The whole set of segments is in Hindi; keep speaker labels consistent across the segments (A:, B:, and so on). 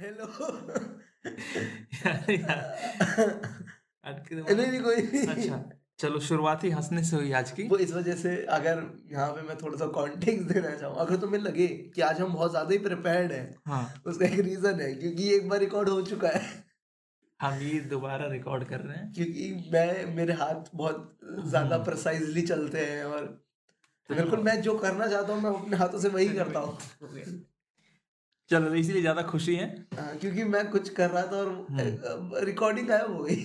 A: हेलो
B: यार यार अटके तो
A: नहीं
B: मारो।
A: नहीं कोई नहीं
B: अच्छा चलो शुरुआती हंसने से हुई आज की
A: वो इस वजह से अगर यहाँ पे मैं थोड़ा सा कॉन्टेक्स्ट देना चाहूँ अगर तुम्हें लगे कि आज हम बहुत ज्यादा ही प्रिपेयर्ड हैं
B: हाँ
A: उसका एक रीजन है क्योंकि ये एक बार रिकॉर्ड हो चुका है
B: हम ये दोबारा रिकॉर्ड कर रहे हैं
A: क्योंकि मैं मेरे हाथ बहुत ज्यादा
B: हम्म।
A: प्रसाइजली चलते हैं और बिल्कुल मैं जो करना चाहता हूँ मैं अपने हाथों से वही करता हूँ
B: चलो तो इसीलिए ज्यादा खुशी है
A: हाँ, क्योंकि मैं कुछ कर रहा था
B: हम्म।
A: और रिकॉर्डिंग गायब हो गई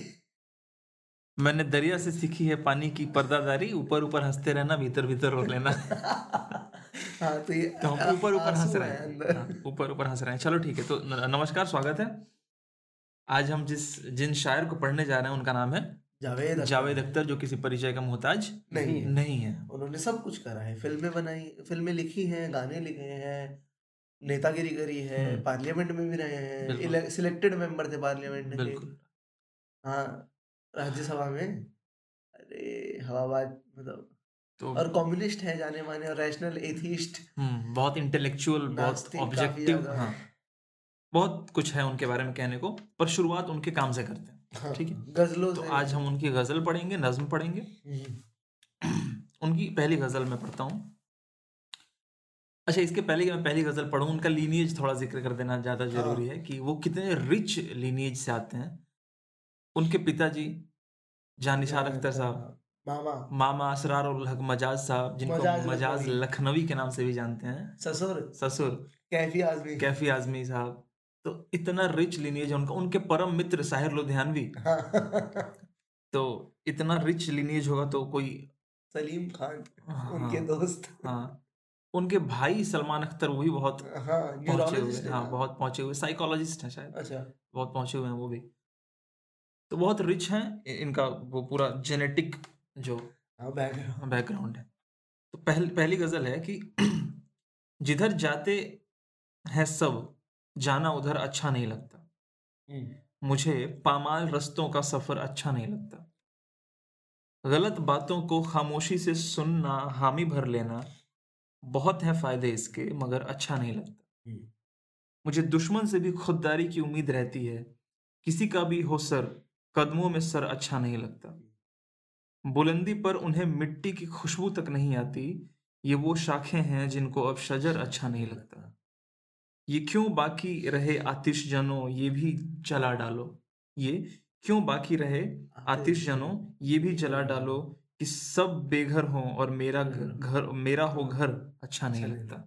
B: मैंने दरिया से सीखी है पानी की पर्दादारी ऊपर ऊपर हंसते रहना भीतर भीतर रो लेना
A: हाँ तो ये
B: तो हम ऊपर ऊपर हंस
A: आंसू
B: रहे
A: हैं
B: हैं
A: अंदर।
B: हाँ, ऊपर ऊपर हंस रहे हैं चलो ठीक है तो न- नमस्कार स्वागत है आज हम जिस जिन शायर को पढ़ने जा रहे हैं उनका नाम है
A: जावेद अख्तर।
B: जावेद अख्तर जो किसी परिचय का मोहताज
A: नहीं है।
B: नहीं है
A: उन्होंने सब कुछ करा है फिल्में बनाई फिल्में लिखी हैं गाने लिखे हैं नेतागिरी करी है
B: हम्म।
A: पार्लियामेंट में भी रहे
B: बिल्कुल।
A: हैं सिलेक्टेड मेंबर थे पार्लियामेंट के
B: बिल्कुल
A: हाँ राज्यसभा में अरे हवाबाज मतलब
B: तो
A: और कम्युनिस्ट है जाने माने और रैशनल एथिस्ट
B: हम्म, बहुत इंटेलेक्चुअल बहुत
A: नास्तिक काफी
B: ऑब्जेक्टिव
A: ज्यादा।
B: हाँ बहुत कुछ है उनके बारे में कहने को पर शुरुआत उनके काम से करते हैं
A: हाँ,
B: ठीक है।
A: गजलों
B: तो
A: से
B: आज हम उनकी गजल पढ़ेंगे नज्म पढ़ेंगे
A: हम्म,
B: उनकी पहली गजल मैं पढ़ता हूँ अच्छा इसके पहले कि मैं पहली गजल पढ़ूं उनका लीनिएज थोड़ा जिक्र कर देना
A: हाँ।
B: ज्यादा जरूरी है कि वो कितने रिच लीनिएज से आते हैं उनके पिताजी
A: हाँ।
B: जानिसार अख्तर साहब
A: मामा
B: मामा असरार उल हक मजाज साहब जिनको
A: मजाज
B: मजाज
A: लखनवी।
B: लखनवी के नाम से भी जानते हैं
A: ससुर
B: ससुर
A: कैफी आजमी
B: कैफी आजमी साहब तो इतना रिच लिनियज उनका उनके परम मित्र साहिर लुधियानवी
A: हाँ
B: तो इतना रिच लिनियज होगा तो कोई
A: सलीम खान
B: हाँ,
A: उनके दोस्त
B: हाँ उनके भाई सलमान अख्तर वो भी बहुत
A: हाँ
B: पहुंचे हुए
A: न्यूरोलॉजिस्ट
B: हाँ बहुत पहुंचे हुए साइकोलॉजिस्ट हैं शायद
A: अच्छा
B: बहुत पहुंचे हुए हैं वो भी तो बहुत रिच हैं इ- इनका वो पूरा जेनेटिक जो
A: हाँ बैकग्राउंड
B: बैकग्राउंड है तो पहल, पहली गजल है कि जिधर जाते हैं सब जाना उधर अच्छा नहीं लगता
A: हम्म,
B: मुझे पामाल रस्तों का सफर अच्छा नहीं लगता गलत बातों को खामोशी से सुनना हामी भर लेना बहुत है फायदे इसके मगर अच्छा नहीं लगता
A: हम्म।
B: मुझे दुश्मन से भी खुददारी की उम्मीद रहती है किसी का भी हो सर कदमों में सर अच्छा नहीं लगता बुलंदी पर उन्हें मिट्टी की खुशबू तक नहीं आती ये वो शाखें हैं जिनको अब शजर अच्छा नहीं लगता ये क्यों बाकी रहे आतिश जनो ये भी जला डालो ये क्यों बाकी रहे आतिश जनो ये भी जला डालो कि सब बेघर हों और मेरा घ- घर मेरा हो घर अच्छा नहीं
A: हम्म। अच्छा नहीं
B: लगता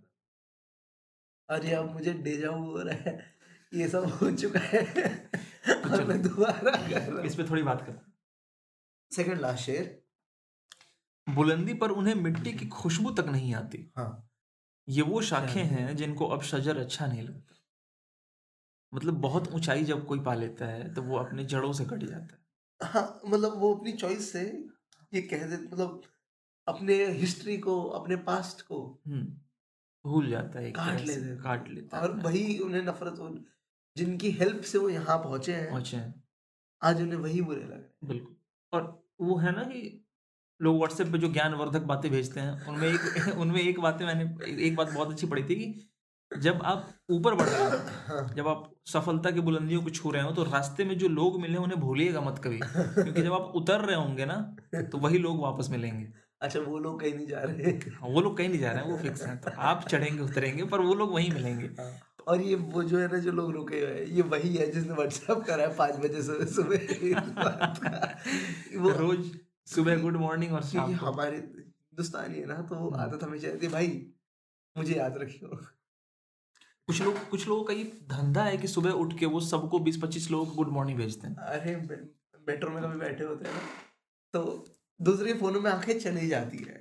A: अरे अब मुझे डेजा vu हो रहा है ये सब हो चुका है और
B: चलो।
A: मैं दोबारा कर रहा
B: इस पे थोड़ी बात कर
A: सेकंड लास्ट शेर
B: बुलंदी पर उन्हें मिट्टी की खुशबू तक नहीं आती
A: हाँ अच्छा
B: ये वो शाखें हैं जिनको अब शजर अच्छा नहीं लगता मतलब बहुत ऊंचाई जब कोई पा लेता है तो वो अपने जड़ों से कट जाता है
A: हाँ मतलब वो अपनी चॉइस से ये कह दे मतलब अपने हिस्ट्री को अपने पास्ट को
B: हम्म भूल जाता है एक
A: काट
B: तरह से,
A: लेते हैं।
B: काट लेता
A: और
B: है
A: वही उन्हें नफरत हो जिनकी हेल्प से वो यहाँ पहुंचे हैं
B: पहुंचे हैं
A: आज उन्हें वही बुरे लग रहे हैं
B: बिल्कुल और वो है ना कि लोग व्हाट्सएप पे जो ज्ञानवर्धक बातें भेजते हैं उनमें एक उनमें एक बातें मैंने एक बात बहुत अच्छी पढ़ी थी कि जब आप ऊपर बढ़ रहे हो
A: हाँ,
B: जब आप सफलता की बुलंदियों को छू रहे हो तो रास्ते में जो लोग मिले उन्हें भूलिएगा मत कभी
A: हाँ।
B: क्योंकि जब आप उतर रहे होंगे ना तो वही लोग वापस मिलेंगे
A: अच्छा वो लोग कहीं नहीं जा रहे
B: हाँ, वो लोग कहीं नहीं जा रहे हैं वो फिक्स हैं तो आप चढ़ेंगे उतरेंगे पर वो लोग वहीं मिलेंगे
A: और ये वो जो है ना जो लोग रुके हुए हैं ये वही है जिसने व्हाट्सएप करा है पाँच बजे सुबह सुबह इस बात का। वो
B: रोज सुबह गुड मॉर्निंग और हम्म, शाम
A: क्योंकि
B: को
A: हमारे हिंदुस्तानी है ना तो वो
B: हम्म।
A: आदत हमेशा रहती है भाई मुझे याद रखियो
B: कुछ लोग कुछ लोगों का ये धंधा है कि सुबह उठ के वो सबको बीस पच्चीस लोग गुड मॉर्निंग भेजते हैं
A: अरे मे- मेट्रो में कभी बैठे होते हैं ना तो दूसरे फोनों में आंखें चली जाती है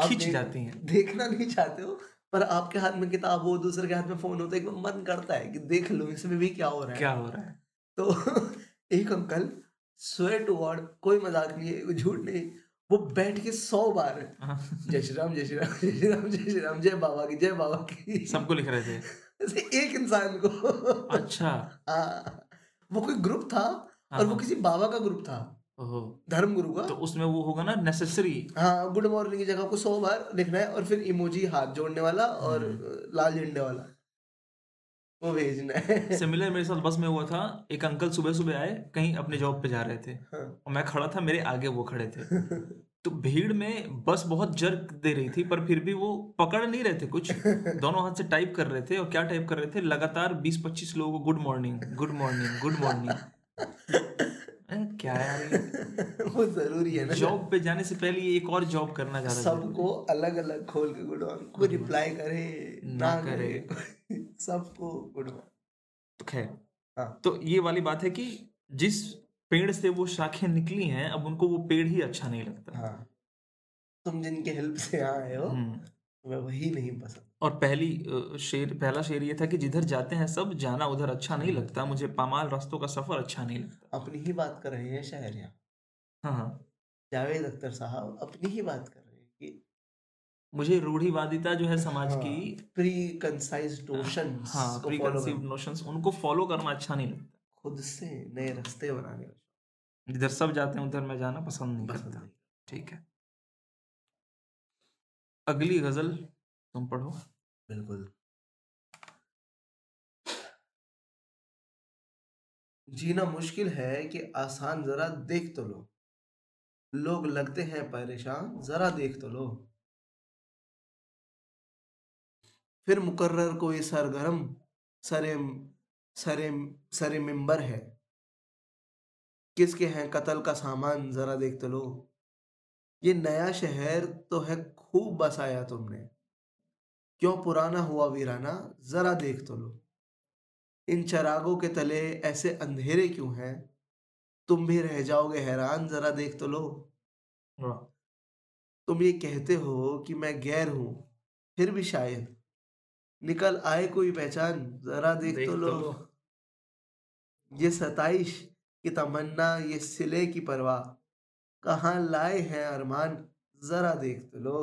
A: आप
B: खिंच
A: देख-
B: जाती हैं
A: देखना नहीं चाहते हो पर आपके हाथ में किताब हो दूसरे के हाथ में फोन हो तो एक बार मन करता है कि देख लो इसमें भी क्या हो रहा है
B: क्या हो रहा है
A: तो एक अंकल स्वेट टू गॉड कोई मजाक नहीं है कोई झूठ नहीं वो बैठ के सौ बार
B: हाँ,
A: जय श्री राम जय श्री राम जय श्री राम जय श्री राम जय बाबा की जय बाबा की
B: सबको लिख रहे थे
A: ऐसे एक इंसान को
B: अच्छा हाँ।
A: हाँ, वो कोई ग्रुप था और वो किसी बाबा का ग्रुप था
B: ओहो
A: धर्म गुरु का
B: तो उसमें वो होगा ना नेसेसरी
A: हाँ गुड मॉर्निंग की जगह आपको सौ हम्म। बार लिखना है और फिर इमोजी हाथ जोड़ने वाला और लाल झंडे वाला वो भेजना है
B: सिमिलर मेरे साथ बस में हुआ था एक अंकल सुबह सुबह आए कहीं अपने जॉब पे जा रहे थे
A: हाँ।
B: और मैं खड़ा था मेरे आगे वो खड़े थे तो भीड़ में बस बहुत जर्क दे रही थी पर फिर भी वो पकड़ नहीं रहे थे कुछ दोनों हाथ से टाइप कर रहे थे और क्या टाइप कर रहे थे लगातार 20-25 लोगों को good morning good morning good morning क्या यार
A: वो जरूरी है ना
B: जॉब पे जाने से पहले ये एक और जॉब करना चाह रहा था
A: सबको अलग अलग खोल के गुड मॉर्निंग कोई रिप्लाई करे ना
B: ना
A: करे सबको गुड मॉर्निंग
B: तो खैर
A: हाँ।
B: तो ये वाली बात है कि जिस पेड़ से वो शाखें निकली हैं अब उनको वो पेड़ ही अच्छा नहीं लगता
A: हाँ तो? तुम जिनके हेल्प से यहाँ आए हो
B: हम्म।
A: मैं वही नहीं पसंद
B: और पहली अ, शेर पहला शेर ये था कि जिधर जाते हैं सब जाना उधर अच्छा नहीं लगता
A: हाँ।
B: मुझे पामाल रास्तों का सफर अच्छा नहीं लगता
A: अपनी ही बात कर रहे हैं शायर यहाँ
B: हाँ हाँ
A: जावेद अख्तर साहब अपनी ही बात कर रहे हैं कि
B: मुझे रूढ़िवादिता जो है समाज की
A: प्री कंसाइज नोशन
B: हाँ प्रीकंसीव्ड नोशंस उनको फॉलो करना अच्छा नहीं लगता
A: खुद से नए रास्ते बनाने का
B: जिधर सब जाते हैं उधर मैं जाना पसंद नहीं
A: पसंद
B: करता
A: नहीं।
B: ठीक है अगली गजल तुम पढ़ो
A: बिल्कुल जीना मुश्किल है कि आसान जरा देख तो लो लोग लगते हैं परेशान जरा देख तो लो फिर मुकर्रर कोई सरगर्म सरे सरे सरे मेंबर है किसके हैं कत्ल का सामान जरा देख तो लो ये नया शहर तो है खूब बसाया तुमने क्यों पुराना हुआ वीराना जरा देख तो लो इन चरागों के तले ऐसे अंधेरे क्यों हैं तुम भी रह जाओगे हैरान जरा देख तो लो
B: वाह
A: तुम ये कहते हो कि मैं गैर हूं फिर भी शायद निकल आए कोई पहचान जरा देख,
B: देख
A: तो
B: तो
A: लो
B: लो।
A: ये सताइश की तमन्ना ये सिले की परवाह कहाँ लाए हैं अरमान जरा देख तो लो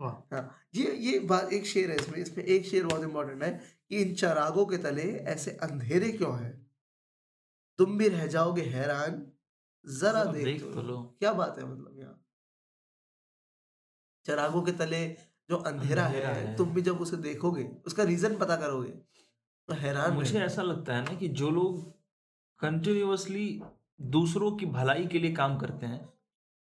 B: वाह।
A: हाँ ये ये बात एक शेर है इसमें इसमें एक शेर बहुत इंपॉर्टेंट है कि इन चरागों के तले ऐसे अंधेरे क्यों हैं तुम भी रह जाओगे हैरान जरा
B: जरा
A: देख, तो लो। क्या बात है मतलब यहाँ चरागों के तले जो अंधेरा,
B: अंधेरा
A: है,
B: है।
A: तुम भी जब उसे देखोगे उसका रीजन पता करोगे तो हैरान
B: मुझे
A: रहेंगे।
B: ऐसा लगता है ना कि जो लोग कंटिन्यूअसली दूसरों की भलाई के लिए काम करते हैं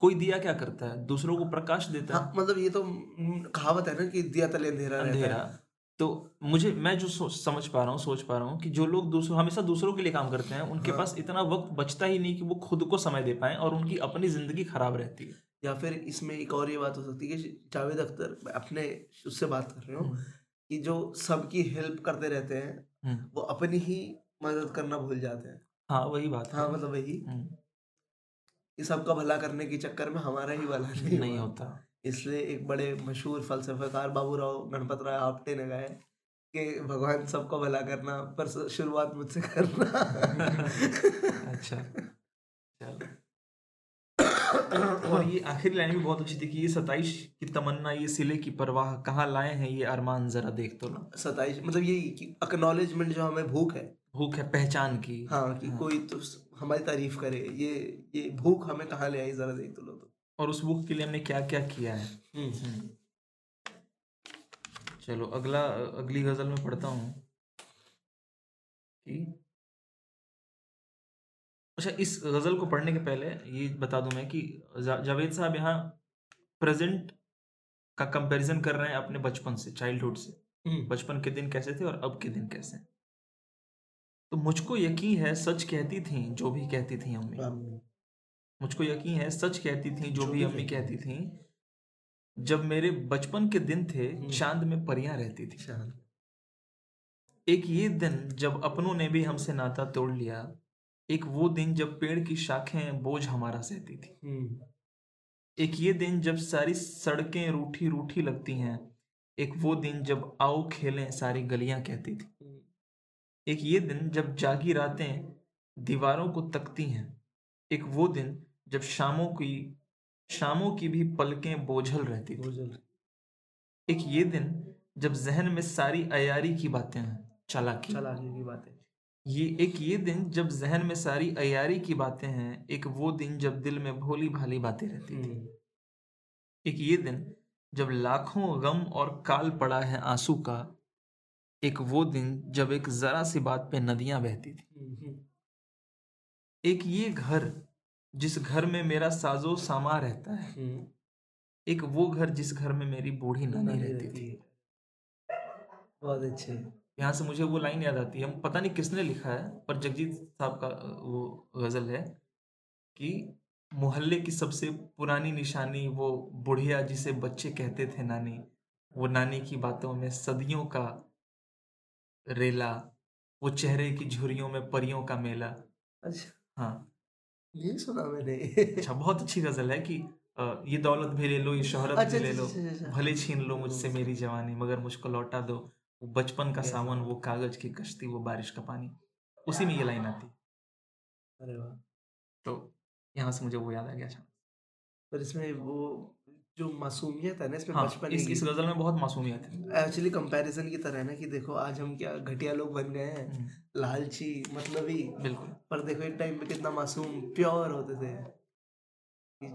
B: कोई दिया क्या करता है दूसरों को प्रकाश देता
A: हाँ
B: है
A: मतलब ये तो हम्म, कहावत है ना कि दिया तले अंधेरा रहता
B: अंधेरा
A: है
B: तो मुझे मैं जो सोच समझ पा रहा हूँ सोच पा रहा हूँ कि जो लोग दूसरों हमेशा दूसरों के लिए काम करते हैं उनके
A: हाँ।
B: पास इतना वक्त बचता ही नहीं कि वो खुद को समय दे पाए और उनकी अपनी जिंदगी खराब रहती है
A: या फिर इसमें एक और ये बात हो सकती है कि जावेद अख्तर मैं अपने उससे बात कर रहे हूँ
B: हम्म।
A: कि जो सबकी हेल्प करते रहते हैं
B: हम्म।
A: वो अपनी ही मदद करना भूल जाते हैं
B: हाँ वही बात है
A: हाँ मतलब वही
B: हम्म,
A: कि सबका भला करने के चक्कर में हमारा ही भला नहीं,
B: नहीं
A: हुआ।
B: होता
A: इसलिए एक बड़े मशहूर फलसफेकार बाबू राव गणपत राय आपटे ने गाया कि भगवान सबका भला करना पर शुरुआत मुझसे करना
B: अच्छा चलो और ये आखिरी लाइन भी बहुत अच्छी थी कि ये सताइश की तमन्ना ये सिले की परवाह कहाँ लाए हैं ये अरमान जरा देख तो लो
A: सताइश मतलब यही कि अक्नॉलेजमेंट जो हमें भूख है
B: भूख है पहचान की
A: हाँ कि
B: हाँ।
A: कोई तो स- हमारी तारीफ करे ये ये भूख हमें कहाँ ले आई जरा देख तो लो तो
B: और उस भूख के लिए हमने क्या क्या किया है हम्म। चलो अगला अगली गजल में पढ़ता हूँ कि अच्छा इस गजल को पढ़ने के पहले ये बता दूं मैं कि जा- जावेद साहब यहाँ प्रेजेंट का कंपैरिजन कर रहे हैं अपने बचपन से चाइल्डहुड से
A: हम्म।
B: बचपन के दिन कैसे थे और अब के दिन कैसे हैं। तो मुझको यकीन है सच कहती थी जो भी कहती थी अम्मी
A: मम्मी,
B: मुझको यकीन है सच कहती थी हाँ। जो भी अम्मी कहती थी जब मेरे बचपन के दिन थे
A: हम्म।
B: चांद में परियां रहती थी
A: शान।
B: एक ये दिन जब अपनों ने भी हमसे नाता तोड़ लिया एक वो दिन जब पेड़ की शाखें बोझ हमारा सहती थी
A: हम्म,
B: एक ये दिन जब सारी सड़कें रूठी रूठी लगती हैं एक वो दिन जब आओ खेलें सारी गलियां कहती थी
A: हम्म,
B: एक ये दिन जब जागी रातें दीवारों को तकती हैं एक वो दिन जब शामों की शामों की भी पलकें बोझल रहती थी
A: बोझल।
B: एक ये दिन जब जहन में सारी अयारी की बातें हैं चालाकी
A: चल आगे की बातें
B: ये एक ये दिन जब जहन में सारी अयारी की बातें हैं एक वो दिन जब दिल में भोली भाली बातें रहती थी
A: हम्म,
B: एक ये दिन जब लाखों गम और काल पड़ा है आंसू का एक वो दिन जब एक जरा सी बात पे नदियां बहती थी एक ये घर जिस घर में मेरा साजो सामा रहता है एक वो घर जिस घर में मेरी बूढ़ी नानी रहती थी
A: बहुत अच्छे
B: यहाँ से मुझे वो लाइन याद आती है हम पता नहीं किसने लिखा है पर जगजीत साहब का अ, वो गज़ल है कि मोहल्ले की सबसे पुरानी निशानी वो बुढ़िया जिसे बच्चे कहते थे नानी वो नानी की बातों में सदियों का रेला वो चेहरे की झुरियों में परियों का मेला
A: अच्छा
B: हाँ
A: ये सुना मैंने
B: अच्छा बहुत अच्छी गजल है कि अ, ये दौलत भी ले लो ये शोहरत
A: अच्छा,
B: भी ले
A: अच्छा,
B: लो
A: अच्छा, अच्छा।
B: भले छीन लो मुझसे मेरी जवानी मगर मुझको लौटा दो वो बचपन का
A: Yes.
B: सावन वो कागज की कश्ती वो बारिश का पानी उसी में ये लाइन आती
A: अरे वाह
B: तो यहाँ से मुझे वो याद आ गया अच्छा
A: पर इसमें वो जो मासूमियत है ना इसमें
B: हाँ
A: तो बचपन
B: इस,
A: की
B: इस गजल में बहुत मासूमियत है
A: एक्चुअली कंपैरिजन की तरह है ना कि देखो आज हम क्या घटिया लोग बन गए हैं
B: हम्म,
A: लालची मतलब मतलबी
B: बिल्कुल हम्म,
A: पर देखो एक टाइम पे कितना मासूम प्योर होते थे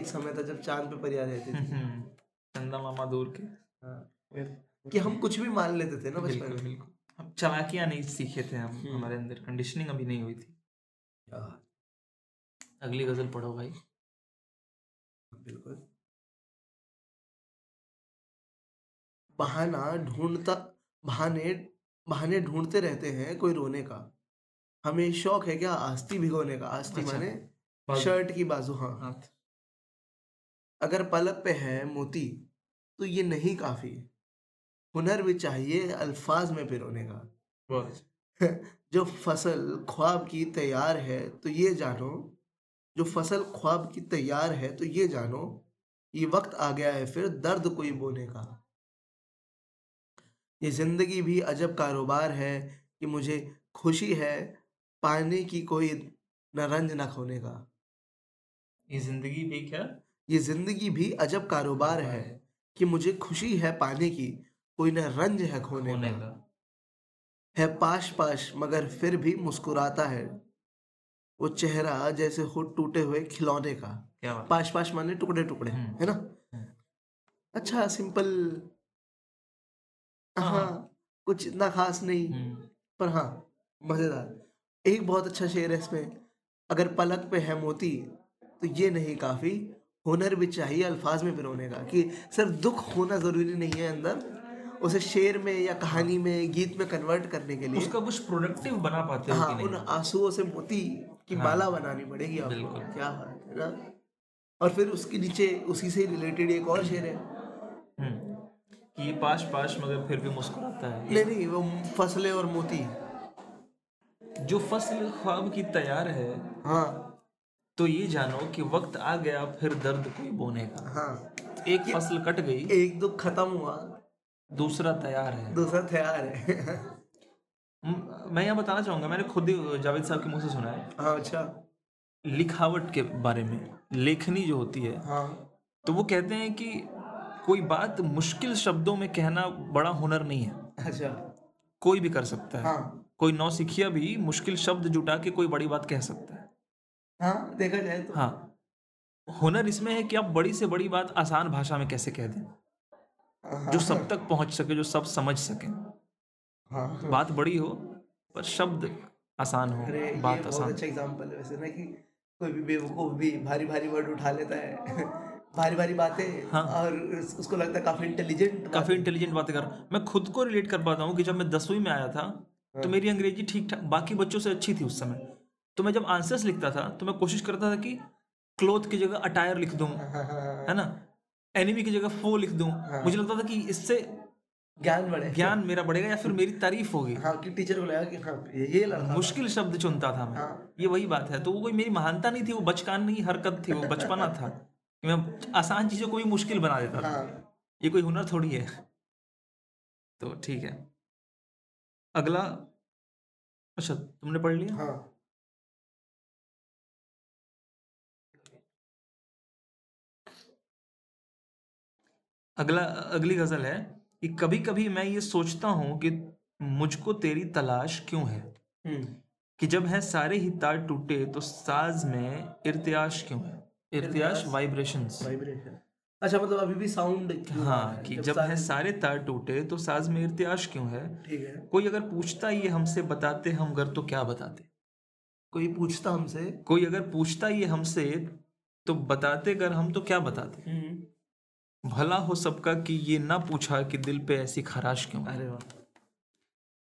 A: एक समय था जब चांद पे परियां रहती थी
B: हम्म, चंदा मामा दूर के
A: हाँ। कि हम कुछ भी मान लेते थे ना बचपन
B: बिल्कुल
A: में
B: बिल्कुल हम चालाकियाँ नहीं सीखे थे हम
A: हम्म।
B: हमारे अंदर कंडीशनिंग अभी नहीं हुई थी
A: हाँ,
B: अगली गजल पढ़ो भाई
A: बिल्कुल बहाना ढूंढता बहाने बहाने ढूंढते रहते हैं कोई रोने का हमें शौक है क्या आस्ती भिगोने का आस्ती
B: अच्छा।
A: माने
B: बाजू-
A: शर्ट की बाजू हाँ
B: हाथ
A: अगर पलक पे है मोती तो ये नहीं काफी हुनर भी चाहिए अल्फाज में पिरोने का
B: बहुत अच्छा
A: जो फसल ख्वाब की तैयार है तो ये जानो जो फसल ख्वाब की तैयार है तो ये जानो ये वक्त आ गया है फिर दर्द कोई बोने का ये जिंदगी भी अजब कारोबार है कि मुझे खुशी है पाने की कोई न रंज न खोने का
B: ये जिंदगी भी क्या
A: ये जिंदगी भी अजब कारोबार है कि मुझे खुशी है पाने की कोई न रंज है खोने,
B: होने
A: का
B: का
A: है पाश पाश मगर फिर भी मुस्कुराता है वो चेहरा जैसे हो टूटे हुए खिलौने का
B: क्या बात
A: पाश पाश माने टुकड़े टुकड़े
B: हम्म।
A: है ना
B: हम्म।
A: अच्छा सिंपल
B: हाँ।
A: हाँ कुछ इतना खास नहीं
B: हम्म,
A: पर हाँ मजेदार एक बहुत अच्छा शेर है इसमें अगर पलक पे है मोती तो ये नहीं काफी हुनर भी चाहिए अल्फाज में पिरोने का कि सिर्फ दुख होना जरूरी नहीं है अंदर उसे शेर में या कहानी
B: हाँ।
A: में गीत में कन्वर्ट करने के लिए
B: उसका कुछ प्रोडक्टिव बना पाते हो
A: हाँ
B: कि
A: उन
B: नहीं हाँ।
A: आंसुओं से मोती की माला बनानी पड़ेगी आपको
B: बिल्कुल।
A: क्या बात है ना और फिर उसके नीचे उसी से रिलेटेड एक और शेर है
B: हम्म, कि ये पाश पाश मगर फिर भी मुस्कुराता है
A: नहीं नहीं वो फसले और मोती
B: जो फसल ख्वाब की तैयार है
A: हाँ
B: तो ये जानो कि वक्त आ गया फिर दर्द कोई बोने का
A: हाँ
B: एक फसल कट गई
A: एक दुख खत्म हुआ
B: दूसरा तैयार है
A: दूसरा तैयार है
B: म- मैं यहाँ बताना चाहूंगा मैंने खुद ही जावेद साहब के मुंह से सुना है
A: हाँ अच्छा
B: लिखावट के बारे में लेखनी जो होती है
A: हाँ
B: तो वो कहते हैं कि कोई बात मुश्किल शब्दों में कहना बड़ा हुनर नहीं है
A: अच्छा
B: कोई भी कर सकता है
A: हाँ
B: कोई नौसिखिया भी मुश्किल शब्द जुटा के कोई बड़ी बात कह सकता है
A: हाँ देखा जाए तो
B: हाँ हुनर इसमें है कि आप बड़ी से बड़ी बात आसान भाषा में कैसे कह दें
A: हाँ,
B: जो सब तक पहुंच सके जो सब समझ सके
A: हाँ
B: बात बड़ी हो पर शब्द आसान हो
A: अरे ये
B: हाँ, बात
A: बहुत
B: आसान
A: अच्छा एग्जांपल है वैसे ना कि कोई भी बेवकूफ भी भारी भारी वर्ड उठा लेता है भारी भारी बातें
B: हाँ।
A: और उस- उसको लगता है काफी इंटेलिजेंट
B: काफी इंटेलिजेंट बातें कर मैं खुद को रिलेट कर पाता हूँ कि जब मैं दसवीं में आया था
A: हाँ।
B: तो मेरी अंग्रेजी ठीक ठाक बाकी बच्चों से अच्छी थी उस समय तो मैं जब आंसर्स लिखता था तो मैं कोशिश करता था कि क्लोथ की जगह अटायर लिख दूँ है ना एनिमी की जगह फो लिख दूँ
A: हाँ।
B: मुझे लगता था कि इससे
A: ज्ञान बढ़े
B: ज्ञान मेरा बढ़ेगा या फिर मेरी तारीफ होगी
A: हाँ कि टीचर को लगा कि हाँ ये ये लड़का
B: मुश्किल शब्द चुनता था मैं
A: हाँ।
B: ये वही बात है तो वो कोई मेरी महानता नहीं थी वो बचकान नहीं हरकत थी वो बचपना था कि मैं आसान चीज़ों को भी मुश्किल बना देता था
A: हाँ
B: ये कोई हुनर थोड़ी है तो ठीक है अगला अच्छा तुमने पढ़ लिया
A: हाँ
B: अगला अगली गजल है कि कभी कभी मैं ये सोचता हूँ कि मुझको तेरी तलाश क्यों है हम्म। कि जब है सारे ही तार टूटे तो साज में इर्त्याश क्यों है इर्त्याश
A: इर्त्याश।
B: वाइब्रेशंस
A: वाइब्रेशन अच्छा मतलब अभी भी साउंड क्यों आ रहा
B: हाँ
A: है?
B: कि
A: जब
B: जब
A: सारे-
B: है सारे तार टूटे तो साज में इर्त्याश क्यों है
A: ठीक है
B: कोई अगर पूछता ये हमसे बताते हम गर तो क्या बताते
A: कोई पूछता हमसे
B: कोई अगर पूछता ये हमसे तो बताते गर हम तो क्या बताते
A: हम्म।
B: भला हो सबका कि ये ना पूछा कि दिल पे ऐसी खराश क्यों है
A: अरे वाह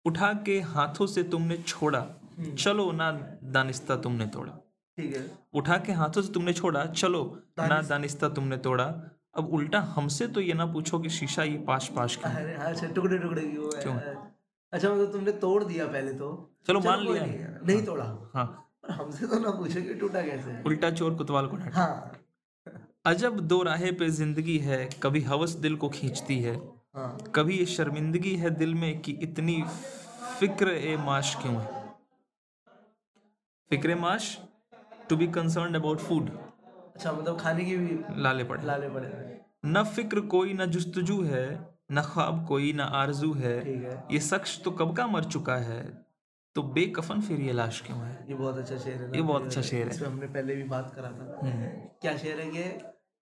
B: उठा के हाथों से तुमने छोड़ा
A: हम्म।
B: चलो ना दानिस्ता तुमने तोड़ा
A: ठीक है
B: उठा के हाथों से तुमने छोड़ा चलो ना
A: दानिस-
B: दानिस्ता तुमने तोड़ा अब उल्टा हमसे तो ये ना पूछो कि शीशा ये पाश पाश क्यों है।
A: अरे हाँ, अच्छा टुकड़े टुकड़े की वो है
B: क्यों?
A: अच्छा मतलब तुमने तोड़ दिया पहले तो
B: चलो मान
A: कोई
B: लिया।
A: नहीं, नहीं तोड़ा
B: हाँ
A: पर हमसे तो ना पूछे कि टूटा कैसे
B: उल्टा चोर कोतवाल को डांटा
A: हाँ
B: अजब दो राहे पे जिंदगी है कभी हवस दिल को खींचती है
A: हाँ
B: कभी ये शर्मिंदगी है दिल में कि इतनी फिक्र ए माश क्यों है फिक्र माश to be concern about food
A: अच्छा मतलब खाने की भी
B: लाले पड़े
A: लाले पड़े हैं।
B: न फिक्र कोई न जुस्तजू है न ख्वाब कोई न आरजू है
A: ठीक है
B: ये शख्स तो कब का मर चुका है तो बेकफन फिर ये लाश क्यों है
A: ये बहुत अच्छा शेर है ना?
B: ये बहुत अच्छा शेर है।
A: इसमें हमने पहले भी बात करा था
B: हम्म।
A: क्या शेर है ये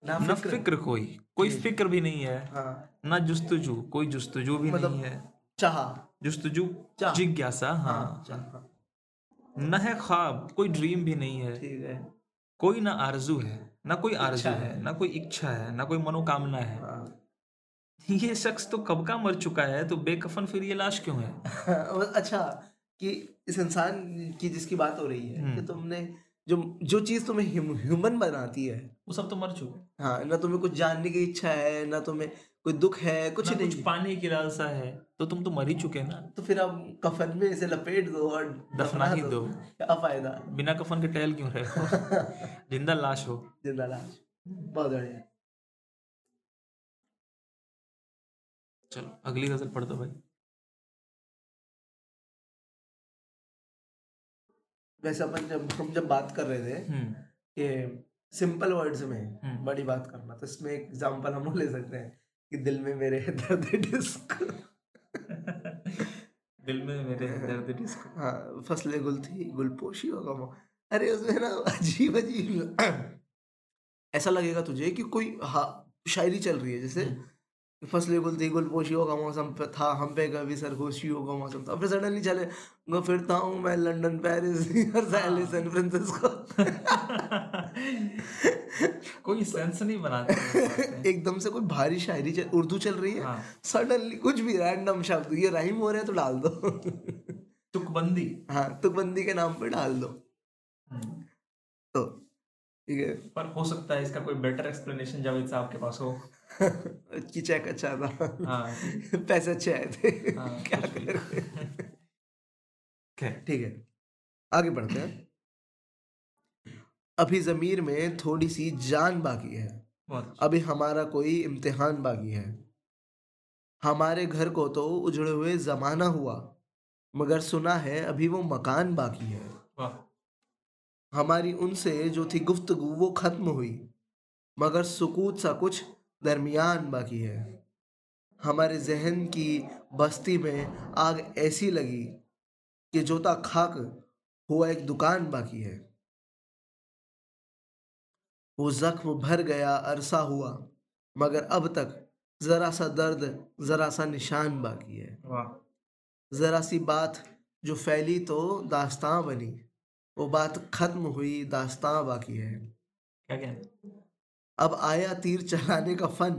A: ना
B: न
A: फिक्र
B: फिक्र कोई कोई फिक्र भी नहीं है
A: हाँ
B: ना जुस्तजू कोई जुस्तजू भी
A: मतलब-
B: नहीं है
A: चाह
B: जुस्तजू
A: चाह।
B: जिज्ञासा हाँ
A: हाँ चाह
B: न है ख्वाब कोई ड्रीम भी नहीं है
A: ठीक है
B: कोई ना आरजू है ना कोई आरजू
A: है।
B: है ना कोई इच्छा है ना कोई मनोकामना है
A: हाँ
B: ये शख्स तो कब का मर चुका है तो बेकफन फिर ये लाश क्यों है
A: और अच्छा कि इस इंसान की जिसकी बात हो रही है कि तुमने जो जो चीज़ तुम्हें ह्यू- ह्यूमन बनाती है
B: वो सब तो मर चुके
A: हाँ ना तुम्हें कुछ जानने की इच्छा है ना तुम्हें कोई दुख है कुछ नहीं
B: कुछ पाने की लालसा है तो तुम तो मर ही चुके ना
A: तो फिर आप कफन में इसे लपेट दो और
B: दफना ही दो।
A: क्या फायदा
B: बिना कफन के टहल क्यों रहे हो जिंदा लाश हो
A: जिंदा लाश बहुत बढ़िया
B: चलो अगली गजल पढ़ दो भाई
A: वैसे अपन जब हम जब बात कर रहे थे
B: हम्म
A: कि सिंपल वर्ड्स में
B: हम्म।
A: बड़ी बात करना तो इसमें एग्जांपल हम लोग ले सकते हैं कि दिल में मेरे है दर्द डिस्क
B: दिल में मेरे दर्द डिस्क
A: हाँ फसले गुल थी गुलपोशी होगा वो अरे उसमें ना अजीब अजीब ऐसा लगेगा तुझे कि कोई हा शायरी चल रही है जैसे फसले गुल थी गुलपोशियों का मौसम पे था हम पे कभी सरगोशियों का मौसम तो था फिर सडनली चले मैं फिरता हूँ मैं London Paris New York San Francisco
B: कोई सेंस नहीं बनाते ये बातें।
A: एकदम से कोई भारी शायरी चल उर्दू चल रही है
B: हाँ
A: सडनली कुछ भी रैंडम शब्द ये राइम हो रहा है तो डाल दो
B: तुकबंदी
A: हाँ तुकबंदी के नाम पे डाल दो
B: हम्म।
A: तो ठीक
B: पर हो सकता है इसका कोई बेटर एक्सप्लेनेशन जावेद साहब के पास हो
A: है कि चेक अच्छा था
B: हाँ
A: पैसे अच्छे आए थे
B: हाँ,
A: क्या
B: कुछ भी।
A: करें?
B: खैर
A: ठीक है आगे बढ़ते हैं अभी जमीर में थोड़ी सी जान बाकी है
B: बहुत अच्छा।
A: अभी हमारा कोई इम्तिहान बाकी है हमारे घर को तो उजड़े हुए जमाना हुआ मगर सुना है अभी वो मकान बाकी है
B: वाह
A: हमारी उनसे जो थी गुफ्तगु वो खत्म हुई मगर सुकूत सा कुछ दरमियान बाकी है हमारे जहन की बस्ती में आग ऐसी लगी कि जोता खाक हुआ एक दुकान बाकी है वो जख्म भर गया अरसा हुआ मगर अब तक जरा सा दर्द जरा सा निशान बाकी है
B: वाह
A: ज़रा सी बात जो फैली तो दास्तां बनी वो बात खत्म हुई दास्तां बाकी है
B: क्या क्या
A: अब आया तीर चलाने का फन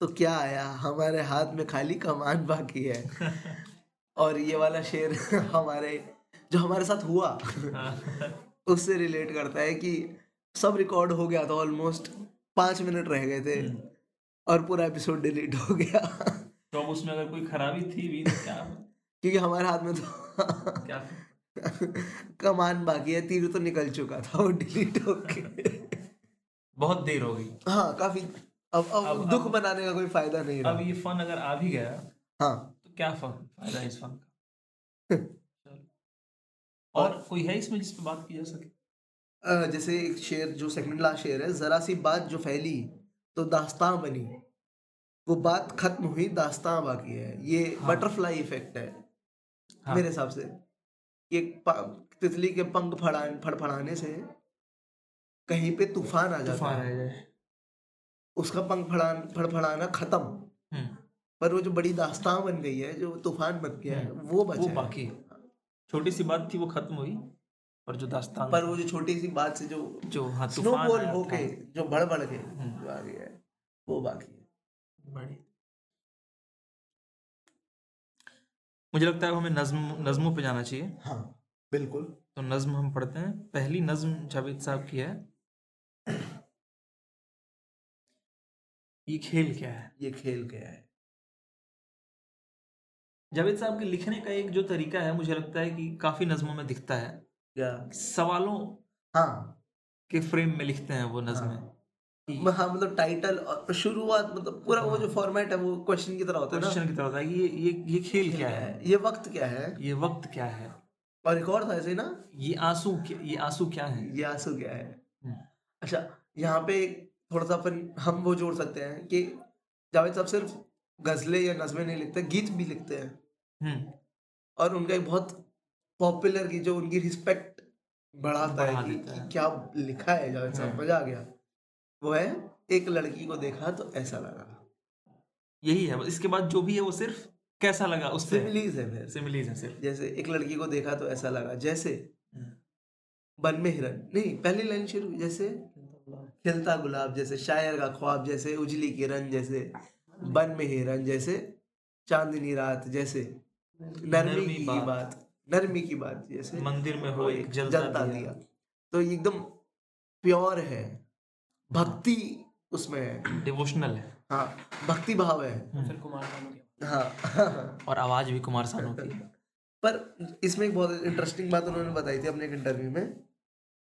A: तो क्या आया हमारे हाथ में खाली कमान बाकी है और ये वाला शेर हमारे जो हमारे साथ हुआ
B: हाँ।
A: उससे रिलेट करता है कि सब रिकॉर्ड हो गया था ऑलमोस्ट पाँच मिनट रह गए थे और पूरा एपिसोड डिलीट हो गया
B: तो अब उसमें अगर कोई खराबी थी भी तो क्या
A: क्योंकि हमारे हाथ में तो
B: क्या
A: कमान बाकी है तीर तो निकल चुका था वो डिलीट होके
B: बहुत देर हो गई
A: हाँ काफी अब अब,
B: अब-
A: दुख
B: अब-
A: बनाने का कोई फायदा नहीं रहा
B: अब ये फन अगर आ भी गया
A: हाँ
B: तो क्या फन फायदा है इस फन का चलो। और कोई है इसमें जिस पे बात की जा सके
A: अ, जैसे एक शेर जो सेकंड लास्ट शेर है जरा सी बात जो फैली तो दास्तां बनी वो बात खत्म हुई दास्तां बाकी है ये
B: हाँ।
A: बटरफ्लाई इफेक्ट है
B: हाँ।
A: मेरे हिसाब से ये प- तितली के पंख फड़ा
B: तो
A: फड़फड़ाने से कहीं पे तूफान आ जाता है
B: जाए
A: उसका पंख फड़ा फड़फड़ाना खत्म
B: हम्म,
A: पर वो जो बड़ी दास्तां बन गई है जो तूफान बन गया है
B: हम्म,
A: वो बचा
B: वो
A: है।
B: बाकी है। छोटी सी बात थी वो खत्म हुई और जो दास्तान
A: पर वो जो छोटी सी बात से जो
B: जो हाँ तूफान
A: स्नोबॉल
B: आया
A: हो
B: था,
A: के जो बढ़ बढ़ के
B: हम्म।
A: जो आ गया है वो बाकी है
B: बड़ी मुझे लगता है अब हमें नज्म नज्मों पे जाना चाहिए
A: हाँ बिल्कुल
B: तो नज्म हम पढ़ते हैं पहली नज्म जावेद साहब की है ये खेल क्या है
A: ये खेल गया है
B: जावेद साहब के लिखने का एक जो तरीका है मुझे लगता है कि काफी नज्मों में दिखता है
A: या
B: सवालों
A: हाँ
B: के फ्रेम में लिखते हैं वो नज्में
A: हाँ। हाँ मतलब टाइटल और शुरुआत मतलब पूरा वो
B: हाँ।
A: जो फॉर्मेट है वो क्वेश्चन की तरह होता है ना
B: क्वेश्चन की तरह होता है कि ये ये ये खेल क्या है
A: ये वक्त क्या है
B: ये वक्त क्या है
A: और एक और था ऐसे ही ना
B: ये आंसू क्या- ये आंसू क्या है
A: ये आंसू क्या है
B: हम्म।
A: अच्छा यहाँ पे थोड़ा सा अपन हम वो जोड़ सकते हैं कि जावेद साहब सिर्फ गजलें या नज़में नहीं लिखते गीत भी लिखते हैं
B: हम्म
A: और उनका एक बहुत पॉपुलर की जो उनकी रिस्पेक्ट बढ़ाता
B: बढ़ा
A: है कि,
B: देता
A: कि
B: है।
A: क्या लिखा है जावेद साहब
B: हम्म।
A: मजा आ गया वो है एक लड़की को देखा तो ऐसा लगा
B: यही है इसके बाद जो भी है वो सिर्फ कैसा लगा उससे
A: सिमिलीज है फिर
B: सिमिलीज है सिर्फ
A: जैसे एक लड़की को देखा तो ऐसा लगा जैसे
B: हम्म।
A: बन में हिरन नहीं पहली लाइन शुरू जैसे खिलता गुलाब जैसे शायर का ख्वाब जैसे उजली किरण जैसे बन में हिरन जैसे चांदनी रात जैसे नरमी
B: नरमी
A: की
B: बात।
A: बात नरमी की बात जैसे
B: मंदिर में हो एक जलता
A: जलता
B: दिया।
A: दिया तो ये एकदम प्योर है
B: हाँ।
A: भक्ति उसमें है
B: डिवोशनल है
A: हाँ भक्ति भाव है
B: फिर कुमार
A: हाँ
B: और आवाज भी कुमार सानू की
A: पर इसमें एक बहुत इंटरेस्टिंग बात उन्होंने बताई थी अपने एक इंटरव्यू में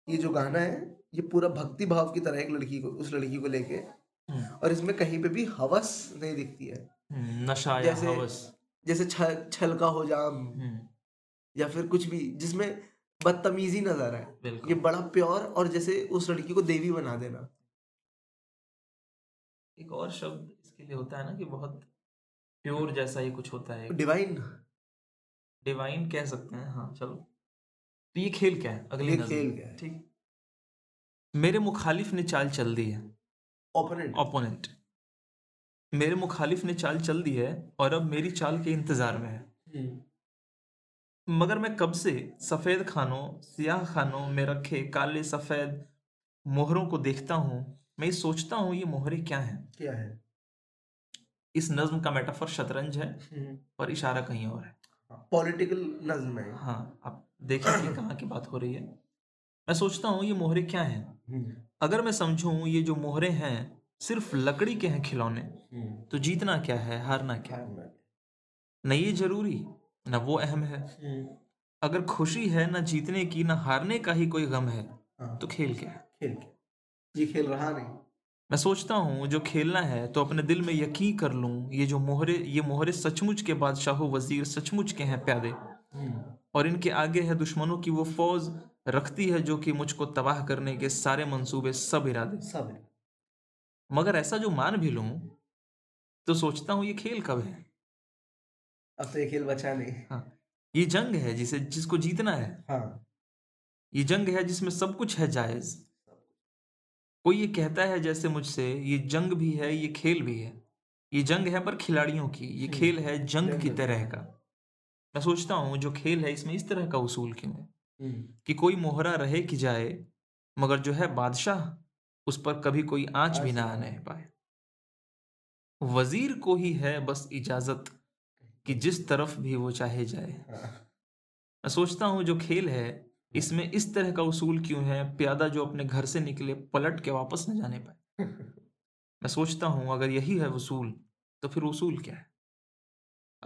A: ये जो गाना है ये पूरा भक्ति भाव की तरह एक लड़की को उस लड़की को लेके
B: हम्म,
A: और इसमें कहीं पे भी हवस नहीं दिखती है
B: हम्म, नशा या
A: जैसे-
B: हवस
A: जैसे छ- छल का हो जाम
B: हम्म,
A: या फिर कुछ भी जिसमें बदतमीजी नजर आए ये
B: बिल्कुल
A: बड़ा प्योर और जैसे उस लड़की को देवी बना देना
B: एक और शब्द इसके लिए होता है ना कि बहुत प्योर जैसा ही कुछ होता है
A: डिवाइन
B: डिवाइन कह सकते हैं हाँ चलो तो ये खेल क्या है अगली
A: ये
B: नज्म।
A: खेल गया
B: ठीक मेरे मुखालिफ ने चाल चल दी है
A: ओपोनेंट
B: ओपोनेंट मेरे मुखालिफ ने चाल चल दी है और अब मेरी चाल के इंतजार में है मगर मैं कब से सफ़ेद खानों सियाह खानों में रखे काले सफ़ेद मोहरों को देखता हूँ मैं ये सोचता हूँ ये मोहरे क्या हैं
A: क्या है
B: इस नज्म का मेटाफर शतरंज है और इशारा कहीं और है
A: पॉलिटिकल नज्म है
B: हाँ आप देखें कि कहाँ की बात हो रही है मैं सोचता हूँ ये मोहरे क्या हैं अगर मैं समझूं ये जो मोहरे हैं सिर्फ लकड़ी के हैं खिलौने तो जीतना क्या है हारना क्या है न ये जरूरी न वो अहम है अगर खुशी है न जीतने की न हारने का ही कोई गम है
A: हाँ।
B: तो खेल क्या है
A: खेल के ये खेल रहा नहीं
B: मैं सोचता हूँ जो खेलना है तो अपने दिल में यकीन कर लूँ ये जो मोहरे ये मोहरे सचमुच के बादशाह वजीर सचमुच के हैं प्यादे और इनके आगे है दुश्मनों की वो फौज रखती है जो कि मुझको तबाह करने के सारे मंसूबे सब इरादे
A: सब
B: मगर ऐसा जो मान भी लूँ तो सोचता हूँ ये खेल कब है
A: अब तो ये खेल बचा नहीं
B: ये जंग है जिसे जिसको जीतना है
A: हाँ
B: ये जंग है जिसमें सब कुछ है जायज कोई ये कहता है जैसे मुझसे ये जंग भी है ये खेल भी है ये जंग है पर खिलाड़ियों की ये
A: हम्म,
B: खेल है जंग
A: जंग
B: की
A: है।
B: तरह का मैं सोचता हूँ जो खेल है इसमें इस तरह का उसूल क्यों है कि कोई मोहरा रहे कि जाए मगर जो है बादशाह उस पर कभी कोई आंच भी ना
A: आंच।
B: आने पाए वजीर को ही है बस इजाजत कि जिस तरफ भी वो चाहे जाए
A: हाँ।
B: मैं सोचता हूँ जो खेल है इसमें इस तरह का उसूल क्यों है प्यादा जो अपने घर से निकले पलट के वापस न जाने पाए मैं सोचता हूँ अगर यही है उसूल तो फिर उसूल क्या है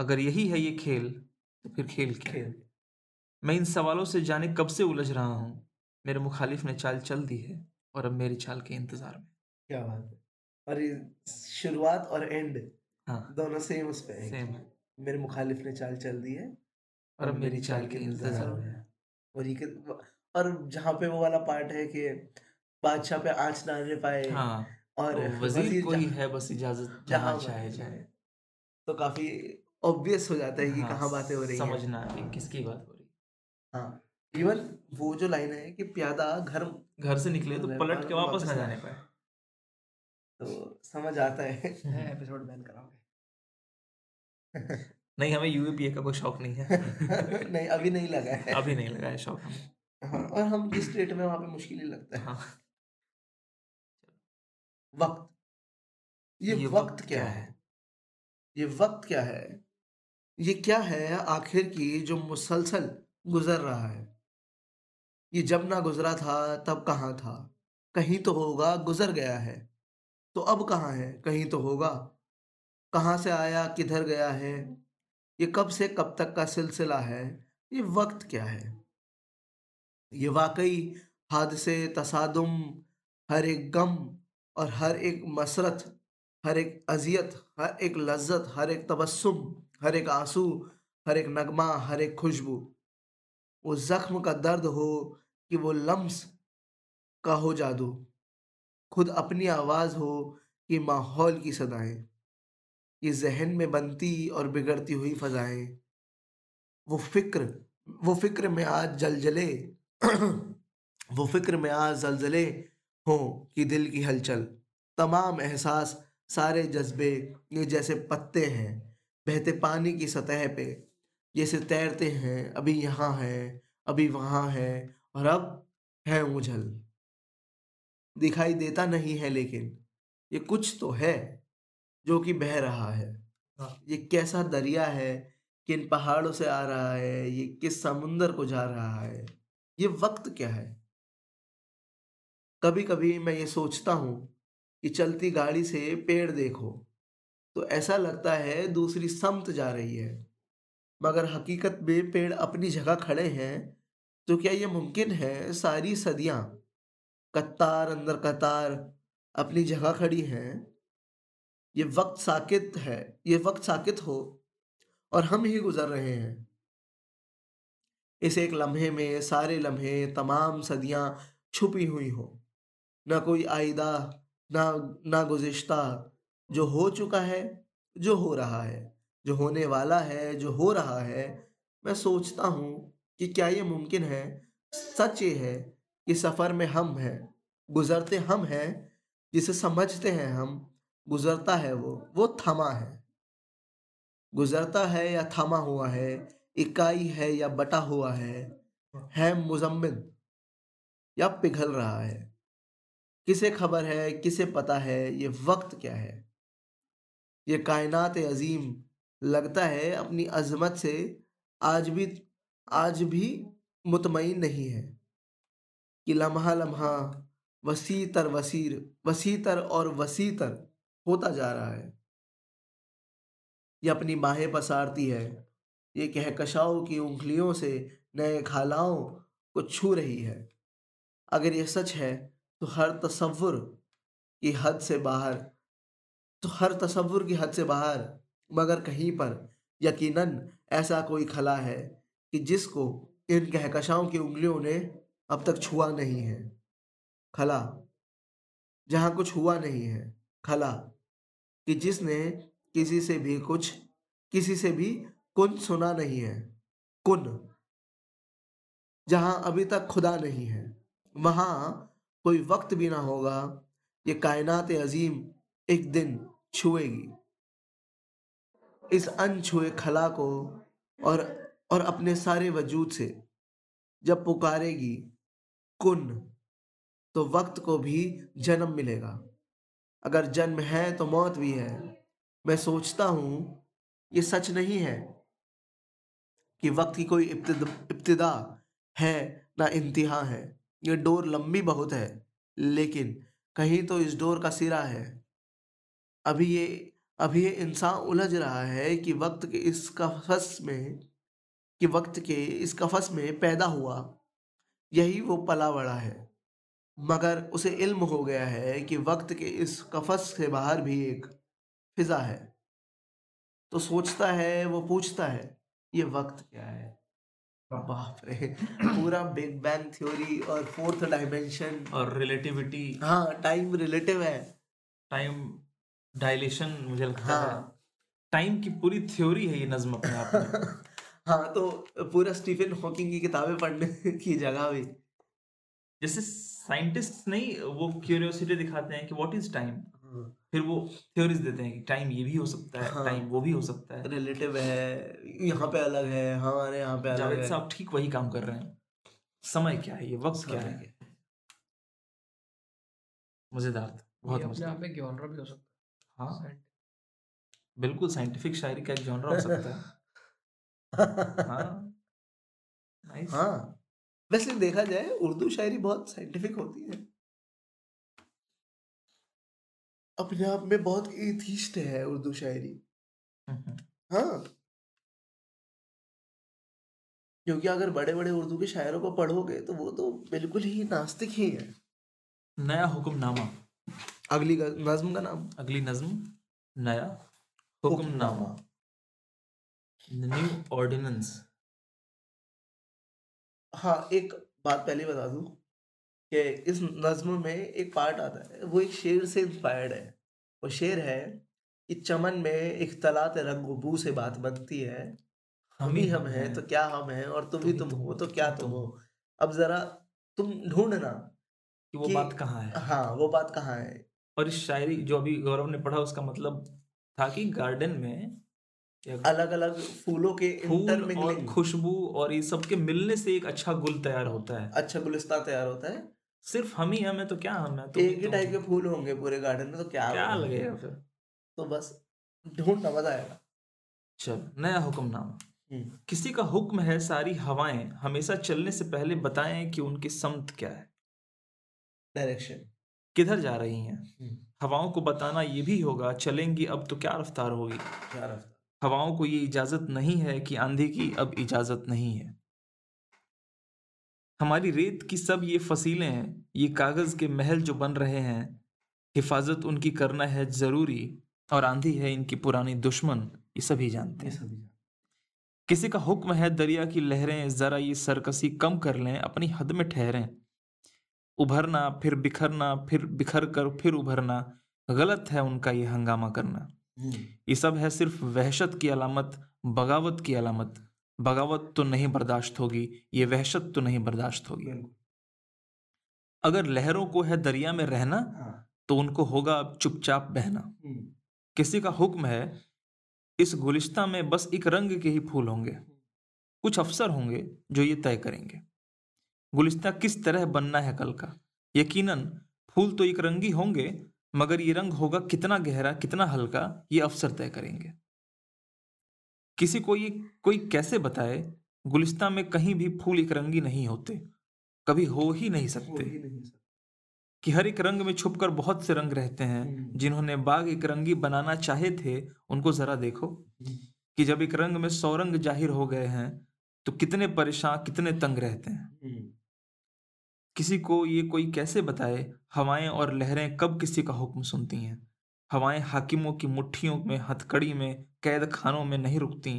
B: अगर यही है ये खेल तो फिर खेल क्या है
A: खेल
B: मैं इन सवालों से जाने कब से उलझ रहा हूँ मेरे मुखालिफ ने चाल चल दी है और अब मेरी चाल के इंतजार में
A: क्या बात है और ये शुरुआत और एंड
B: हाँ
A: दोनों सेम उस पे है
B: सेम है
A: मेरे मुखालिफ ने चाल चल दी है
B: और अब मेरी चाल के इंतजार में है।
A: और ये कि- और जहाँ पे वो वाला पार्ट है कि बादशाह पे आंच ना आने पाए
B: हाँ
A: और
B: तो वजीर को ही
A: जहाँ-
B: है बस इजाजत
A: जहाँ
B: जहाँ चाहे
A: बात-
B: जाए
A: तो काफी ऑब्वियस हो जाता है कि
B: हाँ,
A: कहाँ बातें हो रही हैं
B: समझना है किसकी बात हो रही है
A: हाँ इवन वो जो लाइन है कि प्यादा घर
B: घर से निकले तो
A: अरे
B: पलट
A: बार-
B: के वापस
A: वापस
B: ना
A: ना
B: जाने पाए
A: तो समझ आता है
C: एपिसोड बैन कराओगे
B: नहीं हमें यूएपीए का कोई शौक नहीं है
A: नहीं अभी नहीं लगा है
B: अभी नहीं लगा है शौक हमें
A: हाँ, और हम जिस स्टेट में वहाँ पे मुश्किल ही लगता है
B: हाँ
A: वक्त ये,
B: ये
A: वक्त, क्या है ये वक्त क्या है ये क्या है आखिर की जो मुसलसल गुजर रहा है ये जब ना गुजरा था तब कहाँ था कहीं तो होगा गुजर गया है तो अब कहाँ है कहीं तो होगा कहाँ से आया किधर गया है ये कब से कब तक का सिलसिला है ये वक्त क्या है ये वाकई हादसे तसादुम हर एक गम और हर एक मसरत हर एक अजियत हर एक लज्जत हर एक तबस्सुम हर एक आंसू हर एक नगमा हर एक खुशबू वो जख्म का दर्द हो कि वो लम्स का हो जादू खुद अपनी आवाज़ हो कि माहौल की सदाएं ये जहन में बनती और बिगड़ती हुई फजाएं वो फिक्र वो फिक्र में आज जलजले वो फिक्र में आज जलजले हो कि दिल की हलचल तमाम एहसास सारे जज्बे ये जैसे पत्ते हैं बहते पानी की सतह पे जैसे तैरते हैं अभी यहाँ हैं अभी वहाँ हैं और अब है उझल दिखाई देता नहीं है लेकिन ये कुछ तो है जो कि बह रहा है
C: हाँ।
A: ये कैसा दरिया है किन पहाड़ों से आ रहा है ये किस समुंदर को जा रहा है ये वक्त क्या है कभी कभी मैं ये सोचता हूँ कि चलती गाड़ी से पेड़ देखो तो ऐसा लगता है दूसरी समत जा रही है मगर हकीकत में पेड़ अपनी जगह खड़े हैं तो क्या ये मुमकिन है सारी सदियाँ कतार अंदर कतार अपनी जगह खड़ी हैं ये वक्त साकित है ये वक्त साकित हो और हम ही गुजर रहे हैं इस एक लम्हे में सारे लम्हे तमाम सदियां छुपी हुई हो ना कोई आइदा ना ना गुज़िश्ता जो हो चुका है जो हो रहा है जो होने वाला है जो हो रहा है मैं सोचता हूँ कि क्या ये मुमकिन है सच ये है कि सफ़र में हम हैं गुज़रते हम हैं जिसे समझते हैं हम गुज़रता है वो वो थमा है गुज़रता है या थमा हुआ है इकाई है या बटा हुआ है है मुजम्मिन या पिघल रहा है किसे खबर है किसे पता है ये वक्त क्या है ये कायनात अजीम लगता है अपनी अजमत से आज भी आज भी मुतमईन नहीं है कि लम्हा लम्हा वसी तर वसीर वसी तर और वसी तर होता जा रहा है ये अपनी बाहें पसारती है ये कहकशाओं की उंगलियों से नए खालाओं को छू रही है अगर ये सच है तो हर तसव्वुर की हद से बाहर तो हर तसव्वुर की हद से बाहर मगर कहीं पर यकीनन ऐसा कोई खला है कि जिसको इन कहकशाओं की उंगलियों ने अब तक छुआ नहीं है खला जहाँ कुछ हुआ नहीं है खला कि जिसने किसी से भी कुछ किसी से भी कुन सुना नहीं है कुन जहां अभी तक खुदा नहीं है वहां कोई वक्त भी ना होगा ये कायनात अजीम एक दिन छुएगी इस अनछुए खला को और और अपने सारे वजूद से जब पुकारेगी कुन तो वक्त को भी जन्म मिलेगा अगर जन्म है तो मौत भी है मैं सोचता हूँ ये सच नहीं है कि वक्त की कोई इब्तिद- इब्तिदा है ना इंतहा है ये डोर लंबी बहुत है लेकिन कहीं तो इस डोर का सिरा है अभी ये अभी ये इंसान उलझ रहा है कि वक्त के इस कफस में कि वक्त के इस कफस में पैदा हुआ यही वो पला बड़ा है मगर उसे इल्म हो गया है कि वक्त के इस कफस से बाहर भी एक फिजा है तो सोचता है वो पूछता है ये वक्त क्या है बाप रे पूरा बिग बैंग थ्योरी और फोर्थ डायमेंशन
B: और रिलेटिविटी
A: हाँ टाइम रिलेटिव है
B: टाइम डायलेशन मुझे लगता है
A: हाँ
B: टाइम की पूरी थ्योरी है ये नज्म अपने आप में
A: हाँ तो पूरा स्टीफन हॉकिंग की किताबें पढ़ने की जगह भी
B: जैसे साइंटिस्ट नहीं वो क्यूरियोसिटी दिखाते हैं कि व्हाट इज टाइम
A: हाँ,
B: फिर वो थ्योरीज देते हैं कि टाइम ये भी हो सकता है
A: हाँ।
B: टाइम वो भी हो सकता है
A: रिलेटिव है यहाँ पे अलग है हाँ, हमारे यहाँ पे अलग
B: जावेद
A: है
B: साहब ठीक वही काम कर रहे हैं समय क्या है ये वक्त क्या
A: समय
B: है मजेदार था बहुत
C: ये अपने
B: मजेदार
C: आप में जॉनर भी हो सकता
B: हाँ
C: है
B: बिल्कुल साइंटिफिक शायरी का एक जॉनर हो सकता है
A: हाँ
B: हाँ नाइस
A: हाँ वैसे देखा जाए उर्दू शायरी बहुत साइंटिफिक होती है अपने आप में बहुत एथिस्ट है उर्दू शायरी हाँ क्योंकि अगर बड़े बड़े उर्दू के शायरों को पढ़ोगे तो वो तो बिल्कुल ही नास्तिक ही है
B: नया हुक्मनामा
A: अगली गज- नज्म का नाम
B: अगली नज्म नया हुक्मनामा न्यू ऑर्डिनेंस
A: हाँ एक बात पहले बता दूं कि इस नज्म में एक पार्ट आता है वो एक शेर से इंस्पायर्ड है वो शेर है कि चमन में इख्तलात रंग व बू से बात बनती है हम ही हम हैं तो क्या हम हैं और तुम ही तुम हो तो क्या तुम हो अब जरा तुम ढूंढना
B: कि वो
A: कि-
B: बात कहाँ है
A: हाँ वो बात कहाँ है
B: और इस शायरी जो अभी गौरव ने पढ़ा उसका मतलब था कि गार्डन में या
A: अलग अलग फूलों के
B: फूल और
A: इंटरमिंगलिंग
B: खुशबू और ये सब के मिलने से एक अच्छा गुल तैयार होता है
A: अच्छा गुलिस्तान तैयार होता है
B: सिर्फ हम ही हम हैं तो क्या हम हैं तुम
A: एक ही
B: तुम
A: टाइप के
B: हो।
A: फूल होंगे पूरे गार्डन में तो क्या
B: क्या
A: होगा?
B: लगेगा फिर
A: तो बस ढूंढना मजा आएगा
B: चल नया हुक्मनामा
A: हम्म।
B: किसी का हुक्म है सारी हवाएं हमेशा चलने से पहले बताएं कि उनकी समत क्या है
A: डायरेक्शन
B: किधर जा रही हैं
A: हम्म।
B: हवाओं को बताना ये भी होगा चलेंगी अब तो क्या रफ्तार होगी
A: क्या रफ्तार
B: हवाओं को ये इजाजत नहीं है कि आंधी की अब इजाजत नहीं है हमारी रेत की सब ये फसीलें हैं ये कागज के महल जो बन रहे हैं हिफाजत उनकी करना है जरूरी और आंधी है इनकी पुरानी दुश्मन ये सभी जानते हैं किसी का हुक्म है दरिया की लहरें जरा ये सरकसी कम कर लें अपनी हद में ठहरें उभरना फिर बिखरना फिर बिखर कर फिर उभरना गलत है उनका ये हंगामा करना
A: हम्म।
B: ये सब है सिर्फ वहशत की अलामत बगावत की अलामत बगावत तो नहीं बर्दाश्त होगी ये वहशत तो नहीं बर्दाश्त होगी
A: बिल्कुल।
B: अगर लहरों को है दरिया में रहना
A: हाँ।
B: तो उनको होगा अब चुपचाप बहना
A: हम्म।
B: किसी का हुक्म है इस गुलिस्ता में बस एक रंग के ही फूल होंगे कुछ अफसर होंगे जो ये तय करेंगे गुलिस्ता किस तरह बनना है कल का यकीनन फूल तो एक रंगी होंगे मगर ये रंग होगा कितना गहरा कितना हल्का ये अफसर तय करेंगे किसी को ये कोई कैसे बताए गुलिस्ता में कहीं भी फूल एक रंगी नहीं होते कभी हो ही नहीं
A: हो
B: सकते
A: ही नहीं सकता।
B: कि हर एक रंग में छुपकर बहुत से रंग रहते हैं
A: हम्म।
B: जिन्होंने बाग एक रंगी बनाना चाहे थे उनको जरा देखो कि जब एक रंग में सौ रंग जाहिर हो गए हैं तो कितने परेशान कितने तंग रहते हैं
A: हम्म।
B: किसी को ये कोई कैसे बताए हवाएं और लहरें कब किसी का हुक्म सुनती हैं हवाएं हाकिमों की मुट्ठियों में हथकड़ी में कैद खानों में नहीं रुकती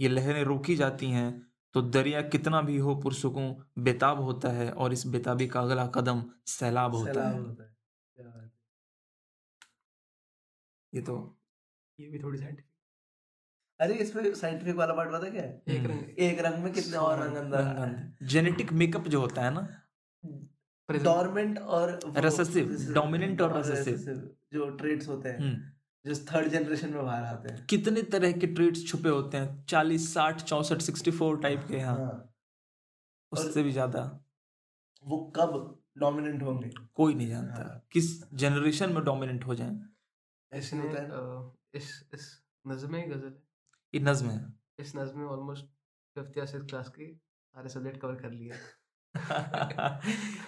B: ये लहरें रोकी जाती हैं तो दरिया कितना भी हो पुरसकून बेताब होता है और इस बेताबी का अगला कदम सैलाब होता
A: सैलाब
B: है
A: होता है। क्या बात है।
B: ये तो
C: ये भी थोड़ी साइंटिफिक
A: अरे इसमें साइंटिफिक वाला पार्ट पता क्या है
C: एक
B: हम्म।
C: रंग
A: एक रंग में कितने और रंग अंदर आ रहे हैं।
B: जेनेटिक मेकअप जो होता है ना
C: प्रेजेंट
A: Dormant और वो-
B: Recessive,
A: recessive,
B: dominant और recessive।
A: जो ट्रेड्स होते हैं
B: हम्म,
A: जो थर्ड जनरेशन में बाहर आते हैं
B: कितने तरह के ट्रेड्स छुपे होते हैं चालीस साठ चौसठ सिक्सटी फोर टाइप के यहाँ
A: हाँ।
B: उससे भी ज्यादा
A: वो कब डोमिनेंट होंगे
B: कोई नहीं जानता
A: हाँ।
B: किस जनरेशन में डोमिनेंट हो जाए
A: ऐसे
C: इसने,
A: होता है ना।
C: अ, इस इस नज्म में ही गजल है
B: ये नज्म है
C: इस नज्म में ऑलमोस्ट फिफ्थ या सिक्स क्लास के सारे सब्जेक्ट कवर कर लिए हैं।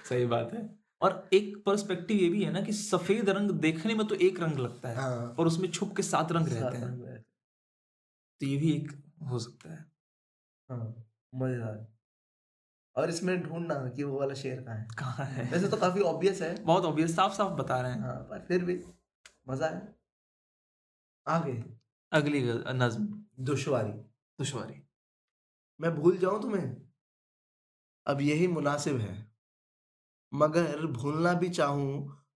B: सही बात है और एक पर्सपेक्टिव ये भी है ना कि सफेद रंग देखने में तो एक रंग लगता है
A: हाँ।
B: और उसमें छुप के सात रंग
A: सात
B: रहते हैं
A: रंग रहते
B: तो ये भी एक हो सकता है
A: हैं। हाँ, मजेदार और इसमें ढूंढना कि वो वाला शेर कहाँ है
B: कहाँ है
A: वैसे तो काफी ऑब्वियस है
B: बहुत ऑब्वियस साफ साफ बता रहे हैं
A: हाँ पर फिर भी मजा है आगे
B: अगली गज़- नज्म
A: दुश्वारी
B: दुश्वारी
A: मैं भूल जाऊं तुम्हें अब यही मुनासिब है मगर भूलना भी चाहूं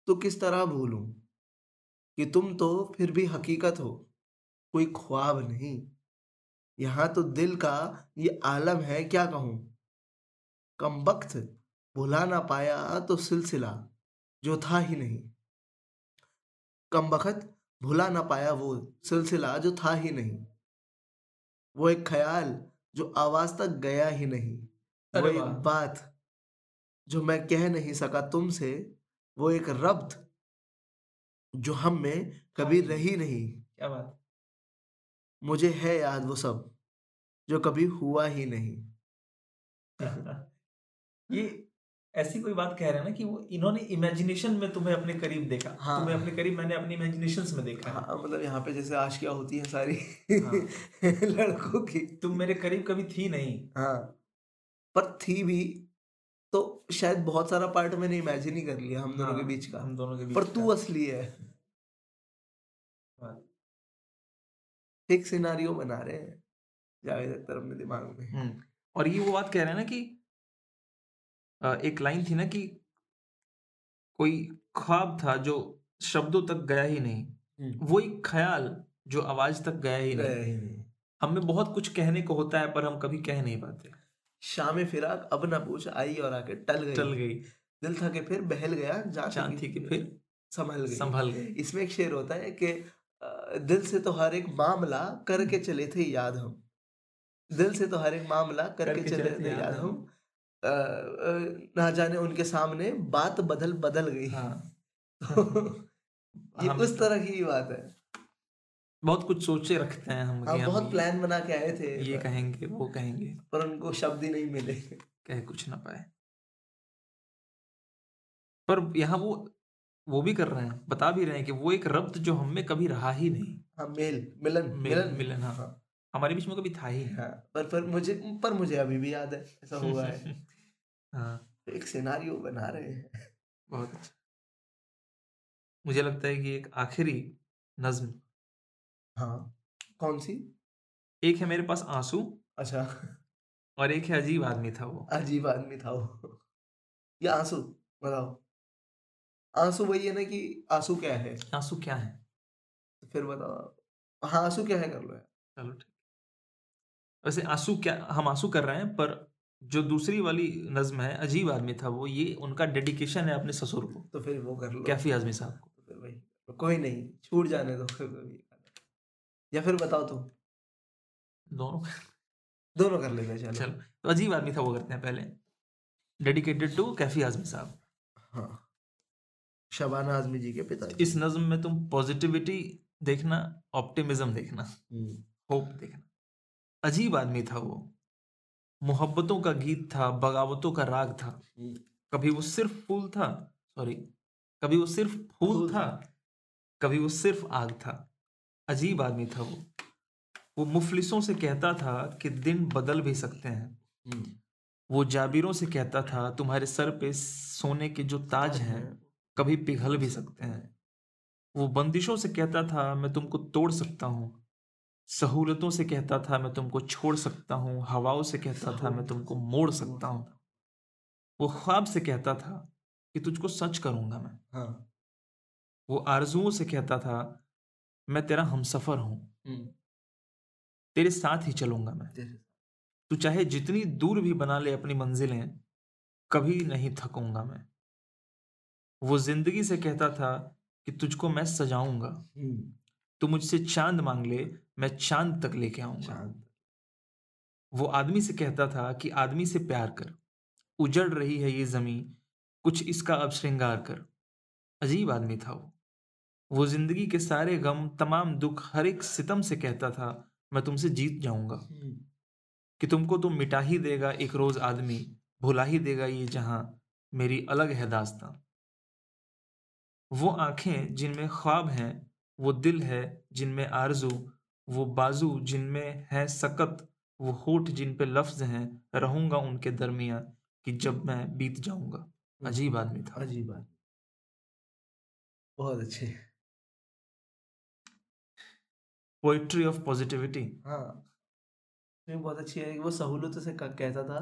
A: तो किस तरह भूलूं कि तुम तो फिर भी हकीकत हो कोई ख्वाब नहीं यहाँ तो दिल का ये आलम है क्या कहूं कम वक्त भुला ना पाया तो सिलसिला जो था ही नहीं कम वक्त भुला ना पाया वो सिलसिला जो था ही नहीं वो एक ख्याल जो आवाज तक गया ही नहीं वो
B: अरे
A: एक
B: वाह।
A: बात जो मैं कह नहीं सका तुमसे वो एक रब्त जो हम में कभी रही नहीं
B: क्या बात
A: मुझे है याद वो सब जो कभी हुआ ही नहीं
B: ये ऐसी कोई बात कह रहे हैं ना कि वो इन्होंने इमेजिनेशन में तुम्हें अपने करीब देखा
A: हाँ।
B: तुम्हें अपने करीब मैंने अपने इमेजिनेशंस में देखा है।
A: हाँ मतलब यहाँ पे जैसे आशिकियाँ होती है सारी
B: हाँ।
A: लड़कों की
B: तुम मेरे करीब कभी थी नहीं
A: हाँ पर थी भी तो शायद बहुत सारा पार्ट मैंने इमेजिन ही कर लिया हम दोनों के
B: हाँ,
A: बीच का
B: हम दोनों के बीच
A: पर तू
B: का।
A: असली है हाँ।
B: बात।
A: एक सिनारियो बना रहे हैं जावेद अख्तर अपने दिमाग में
B: हम्म, और ये वो बात कह रहे हैं ना कि अ, एक लाइन थी ना कि कोई ख्वाब था जो शब्दों तक गया ही नहीं
A: हम्म।
B: वो एक ख्याल जो आवाज तक गया ही नहीं हमें बहुत कुछ कहने को होता है पर हम कभी कह नहीं पाते
A: शाम फिराक अब ना पूछ आई और आके टल गई
B: टल गई
A: दिल था के फिर बहल गया जान
B: चांद थी कि फिर
A: संभल गई
B: संभल गई
A: इसमें एक शेर होता है कि अ, दिल से तो हर एक मामला करके चले थे याद हम दिल से तो हर एक मामला करके चले थे याद हम अ, अ, ना जाने उनके सामने बात बदल बदल गई
B: हाँ
A: ये
B: हम-
A: उस तरह की बात है
B: बहुत कुछ सोचे रखते हैं हम
A: हम
B: कि हम
A: हाँ, बहुत
B: ये-
A: प्लान बना के आए थे
B: ये कहेंगे वो कहेंगे
A: पर उनको शब्द ही नहीं मिले हाँ,
B: कह कुछ ना पाए पर यहाँ वो वो भी कर रहे हैं बता भी रहे हैं कि वो एक रब्त जो हम में कभी रहा ही नहीं
A: हाँ मेल मिलन
B: मिलन मिलन हाँ
A: हाँ।
B: हमारे बीच में कभी था ही नहीं
A: हाँ पर पर मुझे पर मुझे अभी भी याद है ऐसा हुआ है
B: हाँ
A: एक सिनारियो बना रहे हैं
B: बहुत अच्छा मुझे लगता है कि एक आखिरी नज्म
A: हाँ कौन सी
B: एक है मेरे पास आंसू
A: अच्छा
B: और एक है अजीब आदमी था वो
A: अजीब आदमी था वो ये आंसू बताओ आंसू वही है ना कि आंसू क्या है
B: आंसू क्या है
A: तो फिर बताओ आप। हाँ आंसू क्या है कर लो यार
B: चलो ठीक वैसे आंसू क्या हम आंसू कर रहे हैं पर जो दूसरी वाली नज्म है अजीब आदमी था वो ये उनका डेडिकेशन है अपने ससुर को
A: तो फिर वो कर लो
B: कैफी आजमी साहब को
A: तो फिर वही कर लो। कोई नहीं छूट जाने दो फिर कभी या फिर बताओ तुम
B: दोनों
A: दोनों कर लेते हैं, चलो
B: चलो तो अजीब आदमी था वो करते हैं पहले डेडिकेटेड टू कैफी आजमी साहब
A: हाँ शबाना आजमी जी के पिता
B: इस नज्म में तुम पॉजिटिविटी देखना ऑप्टिमिज्म देखना
A: हम्म,
B: होप देखना अजीब आदमी था वो मोहब्बतों का गीत था बगावतों का राग था कभी वो सिर्फ फूल था सॉरी कभी वो सिर्फ फूल
A: फूल
B: था कभी वो सिर्फ आग था अजीब आदमी था वो वो मुफलिसों से कहता था कि दिन बदल भी सकते हैं
A: हम्म,
B: वो जाबिरों से कहता था तुम्हारे सर पे सोने के जो ताज हैं
A: अच्छा।
B: कभी पिघल भी सकते हैं वो बंदिशों से कहता था मैं तुमको तोड़ सकता हूँ सहूलतों से कहता था मैं तुमको छोड़ सकता हूँ हवाओं से कहता था मैं तुमको मोड़ सकता हूँ वो ख्वाब से कहता था कि तुझको सच करूँगा मैं
A: हाँ
B: वो आरजुओं से कहता था मैं तेरा हमसफ़र हूँ
A: हम्म,
B: तेरे साथ ही चलूँगा मैं
A: तेरे-
B: तू चाहे जितनी दूर भी बना ले अपनी मंजिलें कभी नहीं थकूंगा मैं वो जिंदगी से कहता था कि तुझको मैं सजाऊंगा
A: हम्म,
B: तू मुझसे चांद मांग ले मैं चांद तक लेके आऊंगा
A: शांत
B: वो आदमी से कहता था कि आदमी से प्यार कर उजड़ रही है ये जमी कुछ इसका अब श्रृंगार कर अजीब आदमी था वो वो जिंदगी के सारे गम तमाम दुख हर एक सितम से कहता था मैं तुमसे जीत जाऊंगा
A: हम्म,
B: कि तुमको तो मिटा ही देगा एक रोज आदमी भुला ही देगा ये जहां मेरी अलग है दास्तां वो आंखें जिनमें ख्वाब हैं वो दिल है जिनमें आरजू वो बाजू जिनमें है सकत वो होठ जिन पे लफ्ज हैं रहूंगा उनके दरमिया कि जब मैं बीत जाऊंगा अजीब आदमी था
A: हम्म। अजीब बात बहुत अच्छे
B: पोइट्री ऑफ पॉजिटिविटी
A: हाँ नहीं बहुत अच्छी है वो सहूलत से क- कहता था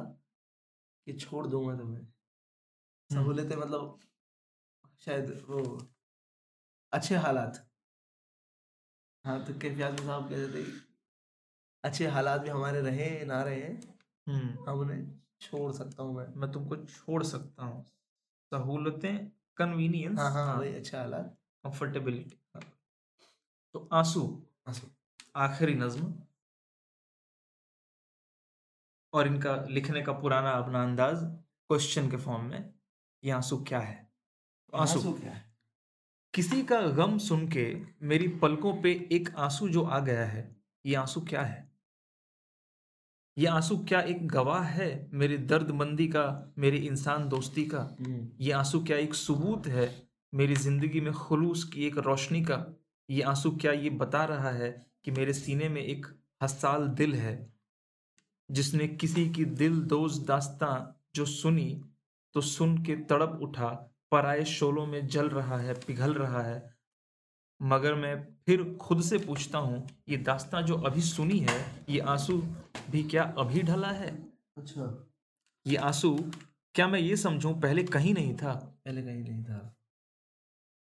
A: कि छोड़ दूंगा तुम्हें
B: हम्म।
A: सहूलतें मतलब शायद वो अच्छे हालात हाँ तो के फियाज साहब कहते थे कि अच्छे हालात भी हमारे रहे ना रहे
B: हम्म,
A: हम उन्हें छोड़ सकता हूँ मैं
B: मैं तुमको छोड़ सकता हूँ सहूलतें कन्वीनियंस हाँ।
A: हाँ हाँ वही अच्छे हालात
B: कंफर्टेबिलिटी तो आंसू
A: आंसू।
B: आखिरी नज्म और इनका लिखने का पुराना अपना अंदाज क्वेश्चन के फॉर्म में ये आंसू क्या है तो आंसू
A: क्या है
B: किसी का गम सुन के मेरी पलकों पे एक आंसू जो आ गया है ये आंसू क्या है ये आंसू क्या एक गवाह है मेरी दर्दमंदी का मेरी इंसान दोस्ती का ये आंसू क्या एक सबूत है मेरी ज़िंदगी में खलूस की एक रोशनी का ये आंसू क्या ये बता रहा है कि मेरे सीने में एक हसाल दिल है जिसने किसी की दिल दोज दास्तां जो सुनी तो सुन के तड़प उठा पराए शोलों में जल रहा है पिघल रहा है मगर मैं फिर खुद से पूछता हूँ ये दास्तां जो अभी सुनी है ये आंसू भी क्या अभी ढला है
A: अच्छा
B: ये आंसू क्या मैं ये समझूं पहले कहीं नहीं था
A: पहले कहीं नहीं था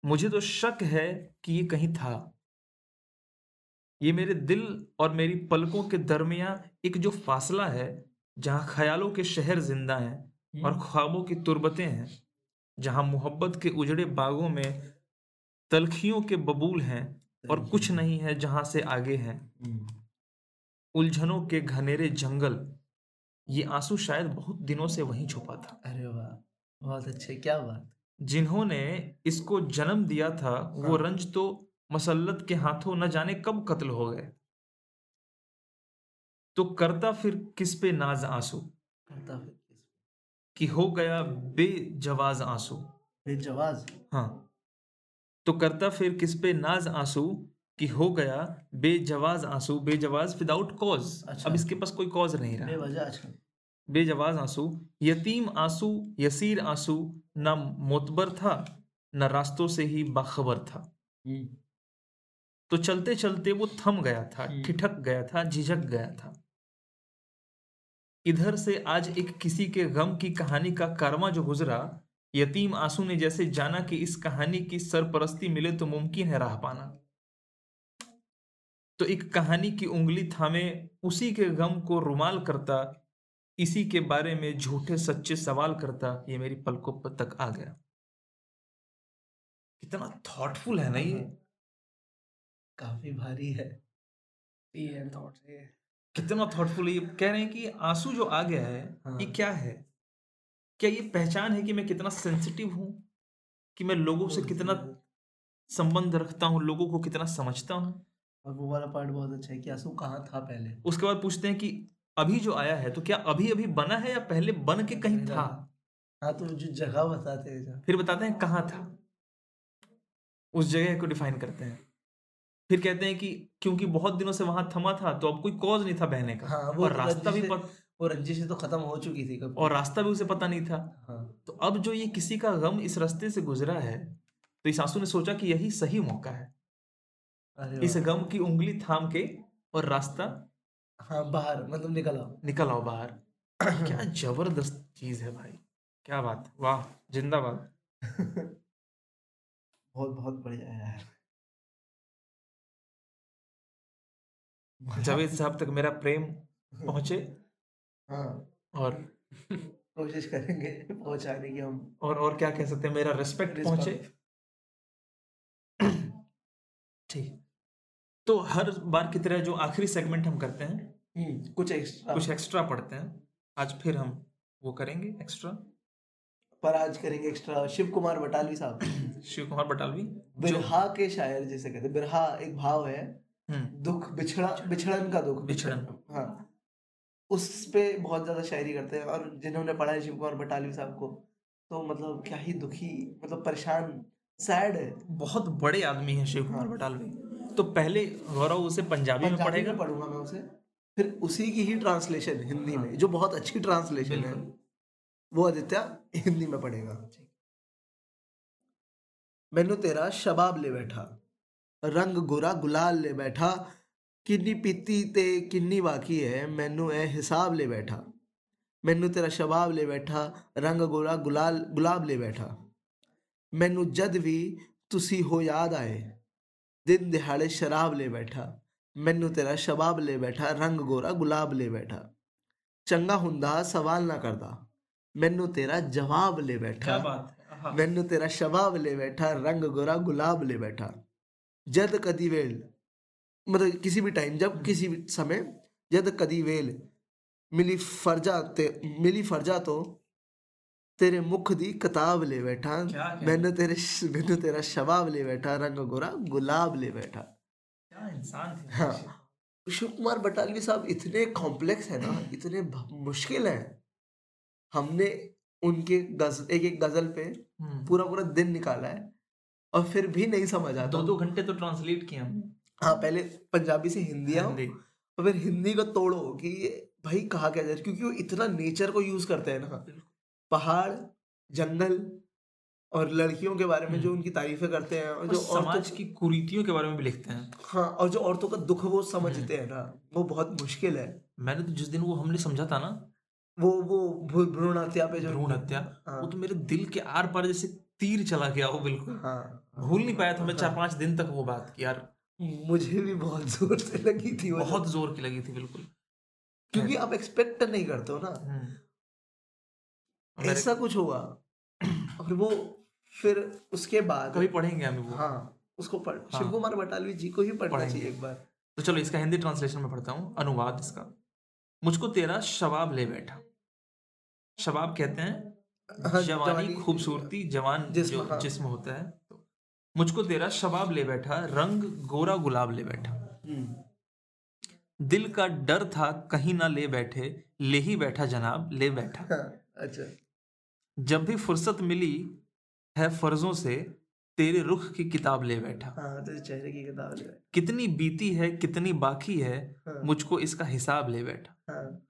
B: मुझे तो शक है कि ये कहीं था ये मेरे दिल और मेरी पलकों के दरमियान एक जो फासला है जहाँ ख्यालों के शहर जिंदा हैं और ख्वाबों की तुरबतें हैं जहाँ मोहब्बत के उजड़े बागों में तलखियों के बबूल हैं और कुछ नहीं है जहाँ से आगे हैं
A: तो। हम्म,
B: उलझनों के घनेरे जंगल ये आंसू शायद बहुत दिनों से वहीं छुपा था
A: अरे वाह बहुत अच्छे क्या बात
B: जिन्होंने इसको जन्म दिया था वो
A: हाँ।
B: रंज तो मसल्लत के हाथों न जाने कब कत्ल हो गए तो करता फिर किस पे नाज आंसू
A: करता फिर
B: कि हो गया बेजवाज आंसू
A: बेजवाज
B: हाँ तो करता फिर किस पे नाज आंसू कि हो गया बेजवाज आंसू बेजवाज विदाउट कॉज
A: अच्छा।
B: अब इसके पास कोई कॉज नहीं रहा
A: बेवजह आजकल
B: बेजवाज आंसू यतीम आंसू यसीर आंसू न मोतबर था न रास्तों से ही बाखबर था तो चलते चलते वो थम गया था
A: हम्म।
B: ठिठक गया था झिझक गया था इधर से आज एक किसी के गम की कहानी का कारवां जो गुजरा यतीम आंसू ने जैसे जाना कि इस कहानी की सरपरस्ती मिले तो मुमकिन है राह पाना तो एक कहानी की उंगली थामे उसी के गम को रुमाल करता इसी के बारे में झूठे सच्चे सवाल करता ये मेरी पलकों पर तक आ गया कितना थॉटफुल है ना ये
A: काफी भारी है
B: कितना थॉटफुल ये कह रहे हैं कि आंसू जो आ गया है
A: हाँ।
B: ये क्या है क्या ये पहचान है कि मैं कितना सेंसिटिव हूँ कि मैं लोगों से कितना संबंध रखता हूँ लोगों को कितना समझता हूँ
A: और वो वाला पार्ट बहुत अच्छा है कि आंसू कहाँ था पहले
B: उसके बाद पूछते हैं कि अभी जो आया है तो क्या अभी अभी बना है या पहले बन के कहीं था
A: हाँ तो जो जगह बताते हैं जहाँ-
B: फिर बताते हैं कहाँ था उस जगह को डिफाइन करते हैं फिर कहते हैं कि क्योंकि बहुत दिनों से वहां थमा था तो अब कोई कॉज नहीं था बहने का
A: हाँ, वो
B: और
A: तो
B: रास्ता भी
A: गलती से-
B: पत,
A: वो रंजिश तो खत्म हो चुकी थी कब
B: और रास्ता भी उसे पता नहीं था
A: हाँ
B: तो अब जो ये किसी का गम इस रास्ते से गुजरा है तो इस आंसू ने सोचा कि यही सही मौका है
A: अरे
B: इस
A: वाह।
B: गम की उंगली थाम के और रास्ता
A: हाँ बाहर मतलब निकल आओ
B: निकल आओ बाहर क्या जबरदस्त चीज है भाई क्या बात वाह जिंदाबाद
A: बहुत बहुत बढ़िया है यार मजा-
B: जावेद साहब तक मेरा प्रेम पहुंचे
A: हाँ
B: और
A: कोशिश करेंगे पहुंचाने की हम
B: और और क्या कह सकते हैं मेरा रिस्पेक्ट पहुंचे ठीक तो हर बार की तरह जो आखिरी सेगमेंट हम करते हैं
A: हम्म, कुछ एक्स्ट्रा
B: कुछ एक्स्ट्रा पढ़ते हैं आज फिर हम वो करेंगे एक्स्ट्रा
A: पर आज करेंगे एक्स्ट्रा शिव कुमार बटालवी साहब
B: शिव कुमार बटालवी जो
A: बिरहा के शायर जिसे कहते हैं बिरहा एक भाव है
B: हम्म,
A: दुख बिछड़ा बिछड़न का दुख
B: बिछड़न।
A: हाँ उस पे बहुत ज्यादा शायरी करते हैं और जिन्होंने पढ़ा है शिव कुमार बटालवी साहब को तो मतलब क्या ही दुखी मतलब परेशान सैड है
B: बहुत बड़े आदमी हैं शिव कुमार बटालवी तो पहले गौरव उसे पंजाबी में
A: हाँ। पंजाबी
B: पढ़ेगा
A: में पढ़ूंगा मैं उसे फिर उसी की ही ट्रांसलेशन हिंदी
B: हाँ।
A: में जो बहुत अच्छी ट्रांसलेशन है वो आदित्य हिंदी में पढ़ेगा मैनू तेरा शबाब ले बैठा रंग गोरा गुलाल ले बैठा किन्नी पीती ते किन्नी बाकी है मैनू ए हिसाब ले बैठा मैनू तेरा शबाब ले बैठा रंग गोरा गुलाल ਗੁਲਾਬ ਲੈ ਬੈਠਾ ਮੈਨੂੰ ਜਦ ਵੀ ਤੁਸੀਂ ਹੋ ਯਾਦ ਆਏ ਦਿਨ ਦਿਹਾੜੇ ਸ਼ਰਾਬ ਲੈ ਬੈਠਾ ਮੈਨੂੰ ਤੇਰਾ ਸ਼ਬਾਬ ਲੈ ਬੈਠਾ ਰੰਗ ਗੋਰਾ ਗੁਲਾਬ ਲੈ ਬੈਠਾ ਚੰਗਾ ਹੁੰਦਾ ਸਵਾਲ ਨਾ ਕਰਦਾ ਮੈਨੂੰ ਤੇਰਾ ਜਵਾਬ ਲੈ
B: क्या
A: ਬੈਠਾ
B: बात है हाँ।
A: ਮੈਨੂੰ ਤੇਰਾ ਸ਼ਬਾਬ ਲੈ ਬੈਠਾ ਰੰਗ ਗੋਰਾ ਗੁਲਾਬ ਲੈ ਬੈਠਾ ਜਦ ਕਦੀ ਵੇਲ ਮਤਲਬ मतलब किसी भी टाइम जब किसी भी समय जद कदी वेल मिली फर्जा ते मिली फर्जा तो तेरे मुख दी किताब ले बैठा
B: क्या कहना?
A: मैंने तेरे मैंने तेरा शबाब ले बैठा रंग गोरा गुलाब ले बैठा
B: क्या इंसान थे
A: हाँ। शिव कुमार बटालवी साहब इतने कॉम्प्लेक्स है ना इतने भ- मुश्किल है हमने उनके गज एक एक गजल पे
B: हम्म।
A: पूरा पूरा दिन निकाला है और फिर भी नहीं समझ आता
B: दो दो घंटे तो ट्रांसलेट किया हमने हाँ,
A: हाँ पहले पंजाबी से हिंदी आओ
B: हिंदी।
A: और फिर हिंदी को तोड़ो कि ये भाई कहा क्या जाए क्योंकि वो इतना नेचर को यूज करते हैं ना
B: बिल्कुल।
A: पहाड़ जंगल और लड़कियों के बारे में जो
B: हम्म।
A: उनकी तारीफें करते हैं और तो-
B: और
A: जो
B: समाज
A: औरतों
B: की कुरीतियों के बारे में भी लिखते हैं
A: हाँ और जो औरतों का दुख वो समझते
B: हम्म।
A: हैं ना वो बहुत मुश्किल है
B: मैंने तो जिस दिन वो हमने समझा था ना
A: वो वो भ्रू- भ्रूण हत्या पे जो
B: भ्रूण हत्या
A: हाँ,
B: वो तो मेरे दिल के आर पार जैसे तीर चला गया वो बिल्कुल
A: हाँ
B: भूल नहीं पाया था मैं
A: हाँ।
B: चार पांच दिन तक वो बात की यार
A: मुझे भी बहुत जोर से लगी थी वो
B: बहुत जोर की लगी थी बिल्कुल
A: क्योंकि आप एक्सपेक्ट नहीं करते हो ना
B: हम्म। मेरे-
A: ऐसा कुछ होगा और वो फिर उसके बाद
B: कभी पढ़ेंगे हम वो
A: हाँ उसको पढ़
B: हाँ।
A: शिव कुमार बटालवी जी को ही पढ़ना
B: पढ़ेंगे।
A: चाहिए एक बार
B: तो चलो इसका हिंदी ट्रांसलेशन में पढ़ता हूँ अनुवाद इसका मुझको तेरा शबाब ले बैठा शबाब कहते हैं
A: हाँ,
B: जवानी
A: जवानी-
B: खूबसूरती जवान
A: जिस्म,
B: जो
A: हाँ।
B: जिस्म होता है तो, मुझको तेरा शबाब ले बैठा रंग गोरा गुलाब ले बैठा
A: हम्म।
B: दिल का डर था कहीं ना ले बैठे ले ही बैठा जनाब ले बैठा
A: हाँ, अच्छा
B: जब भी फुर्सत मिली है फर्जों से तेरे रुख की किताब ले बैठा
A: हाँ तेरे चेहरे की किताब ले बैठा।
B: कितनी बीती है कितनी बाकी है
A: हाँ,
B: मुझको इसका हिसाब ले बैठा
A: हाँ,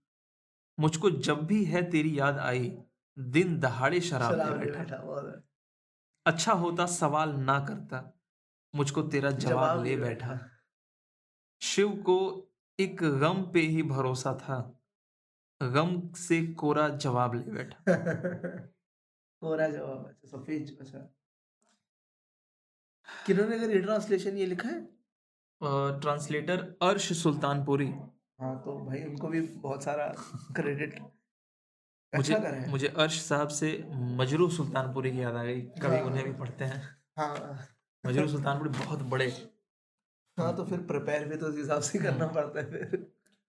B: मुझको जब भी है तेरी याद आई दिन दहाड़े शराब ले
A: शराब ले
B: बैठा
A: बैठा और
B: अच्छा होता सवाल ना करता मुझको तेरा जवाब ले बैठा शिव को एक गम पे ही भरोसा था गम से कोरा जवाब ले बैठा
A: कोरा जवाब अच्छा सफेद अच्छा किन्होंने अगर ये ट्रांसलेशन ये लिखा है
B: ट्रांसलेटर अर्श सुल्तानपुरी
A: हाँ तो भाई उनको भी बहुत सारा क्रेडिट
B: मुझे
A: अच्छा कर है
B: मुझे अर्श साहब से मजरू सुल्तानपुरी की याद आ गई कभी
A: हाँ।
B: उन्हें भी पढ़ते हैं
A: हाँ
B: मजरू सुल्तानपुरी बहुत बड़े
A: हाँ
B: हम्म।
A: तो फिर प्रिपेयर भी तो उस हिसाब से करना पड़ता है फिर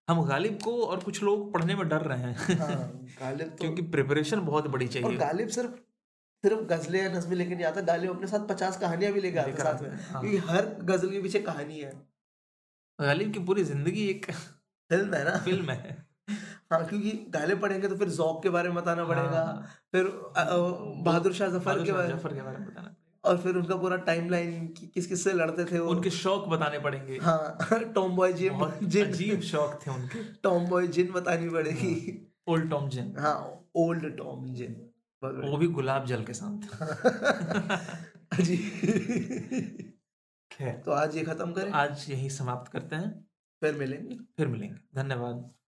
B: हम गालिब को और कुछ लोग पढ़ने में डर रहे हैं
A: हाँ गालिब तो
B: क्योंकि प्रिपरेशन बहुत बड़ी
A: और
B: चाहिए
A: गालिब सिर्फ सिर्फ गजलें या नज्में लेके नहीं आता गालिब अपने साथ पचास कहानियां भी लेके आता है
B: लेकर
A: साथ
B: आता
A: में
B: है, हाँ।
A: क्योंकि हर गजल के पीछे कहानी है
B: गालिब की पूरी जिंदगी एक
A: फिल्म है ना
B: फिल्म है
A: हाँ क्योंकि गालिब पढ़ेंगे तो फिर जौक के बारे में बताना पड़ेगा
B: हाँ।
A: फिर अ, अ, बहादुर शाह जफर
B: बहादुर
A: के
B: शाह
A: बारे
B: जफर के बारे में बताना पड़ेगा।
A: और फिर उनका पूरा टाइम लाइन किस किस से लड़ते थे वो
B: उनके शौक बताने पड़ेंगे
A: हाँ टॉम बॉय जिम
B: बहुत
A: जिन
B: अजीब शौक थे उनके
A: टॉम बॉय जिन बतानी पड़ेगी
B: ओल्ड टॉम जिन
A: हाँ ओल्ड टॉम जिन बहुत बढ़िया।
B: वो भी गुलाब जल के साथ
A: जी
B: खैर
A: तो आज ये खत्म करें
B: आज यही समाप्त करते हैं
A: फिर मिलेंगे
B: फिर मिलेंगे धन्यवाद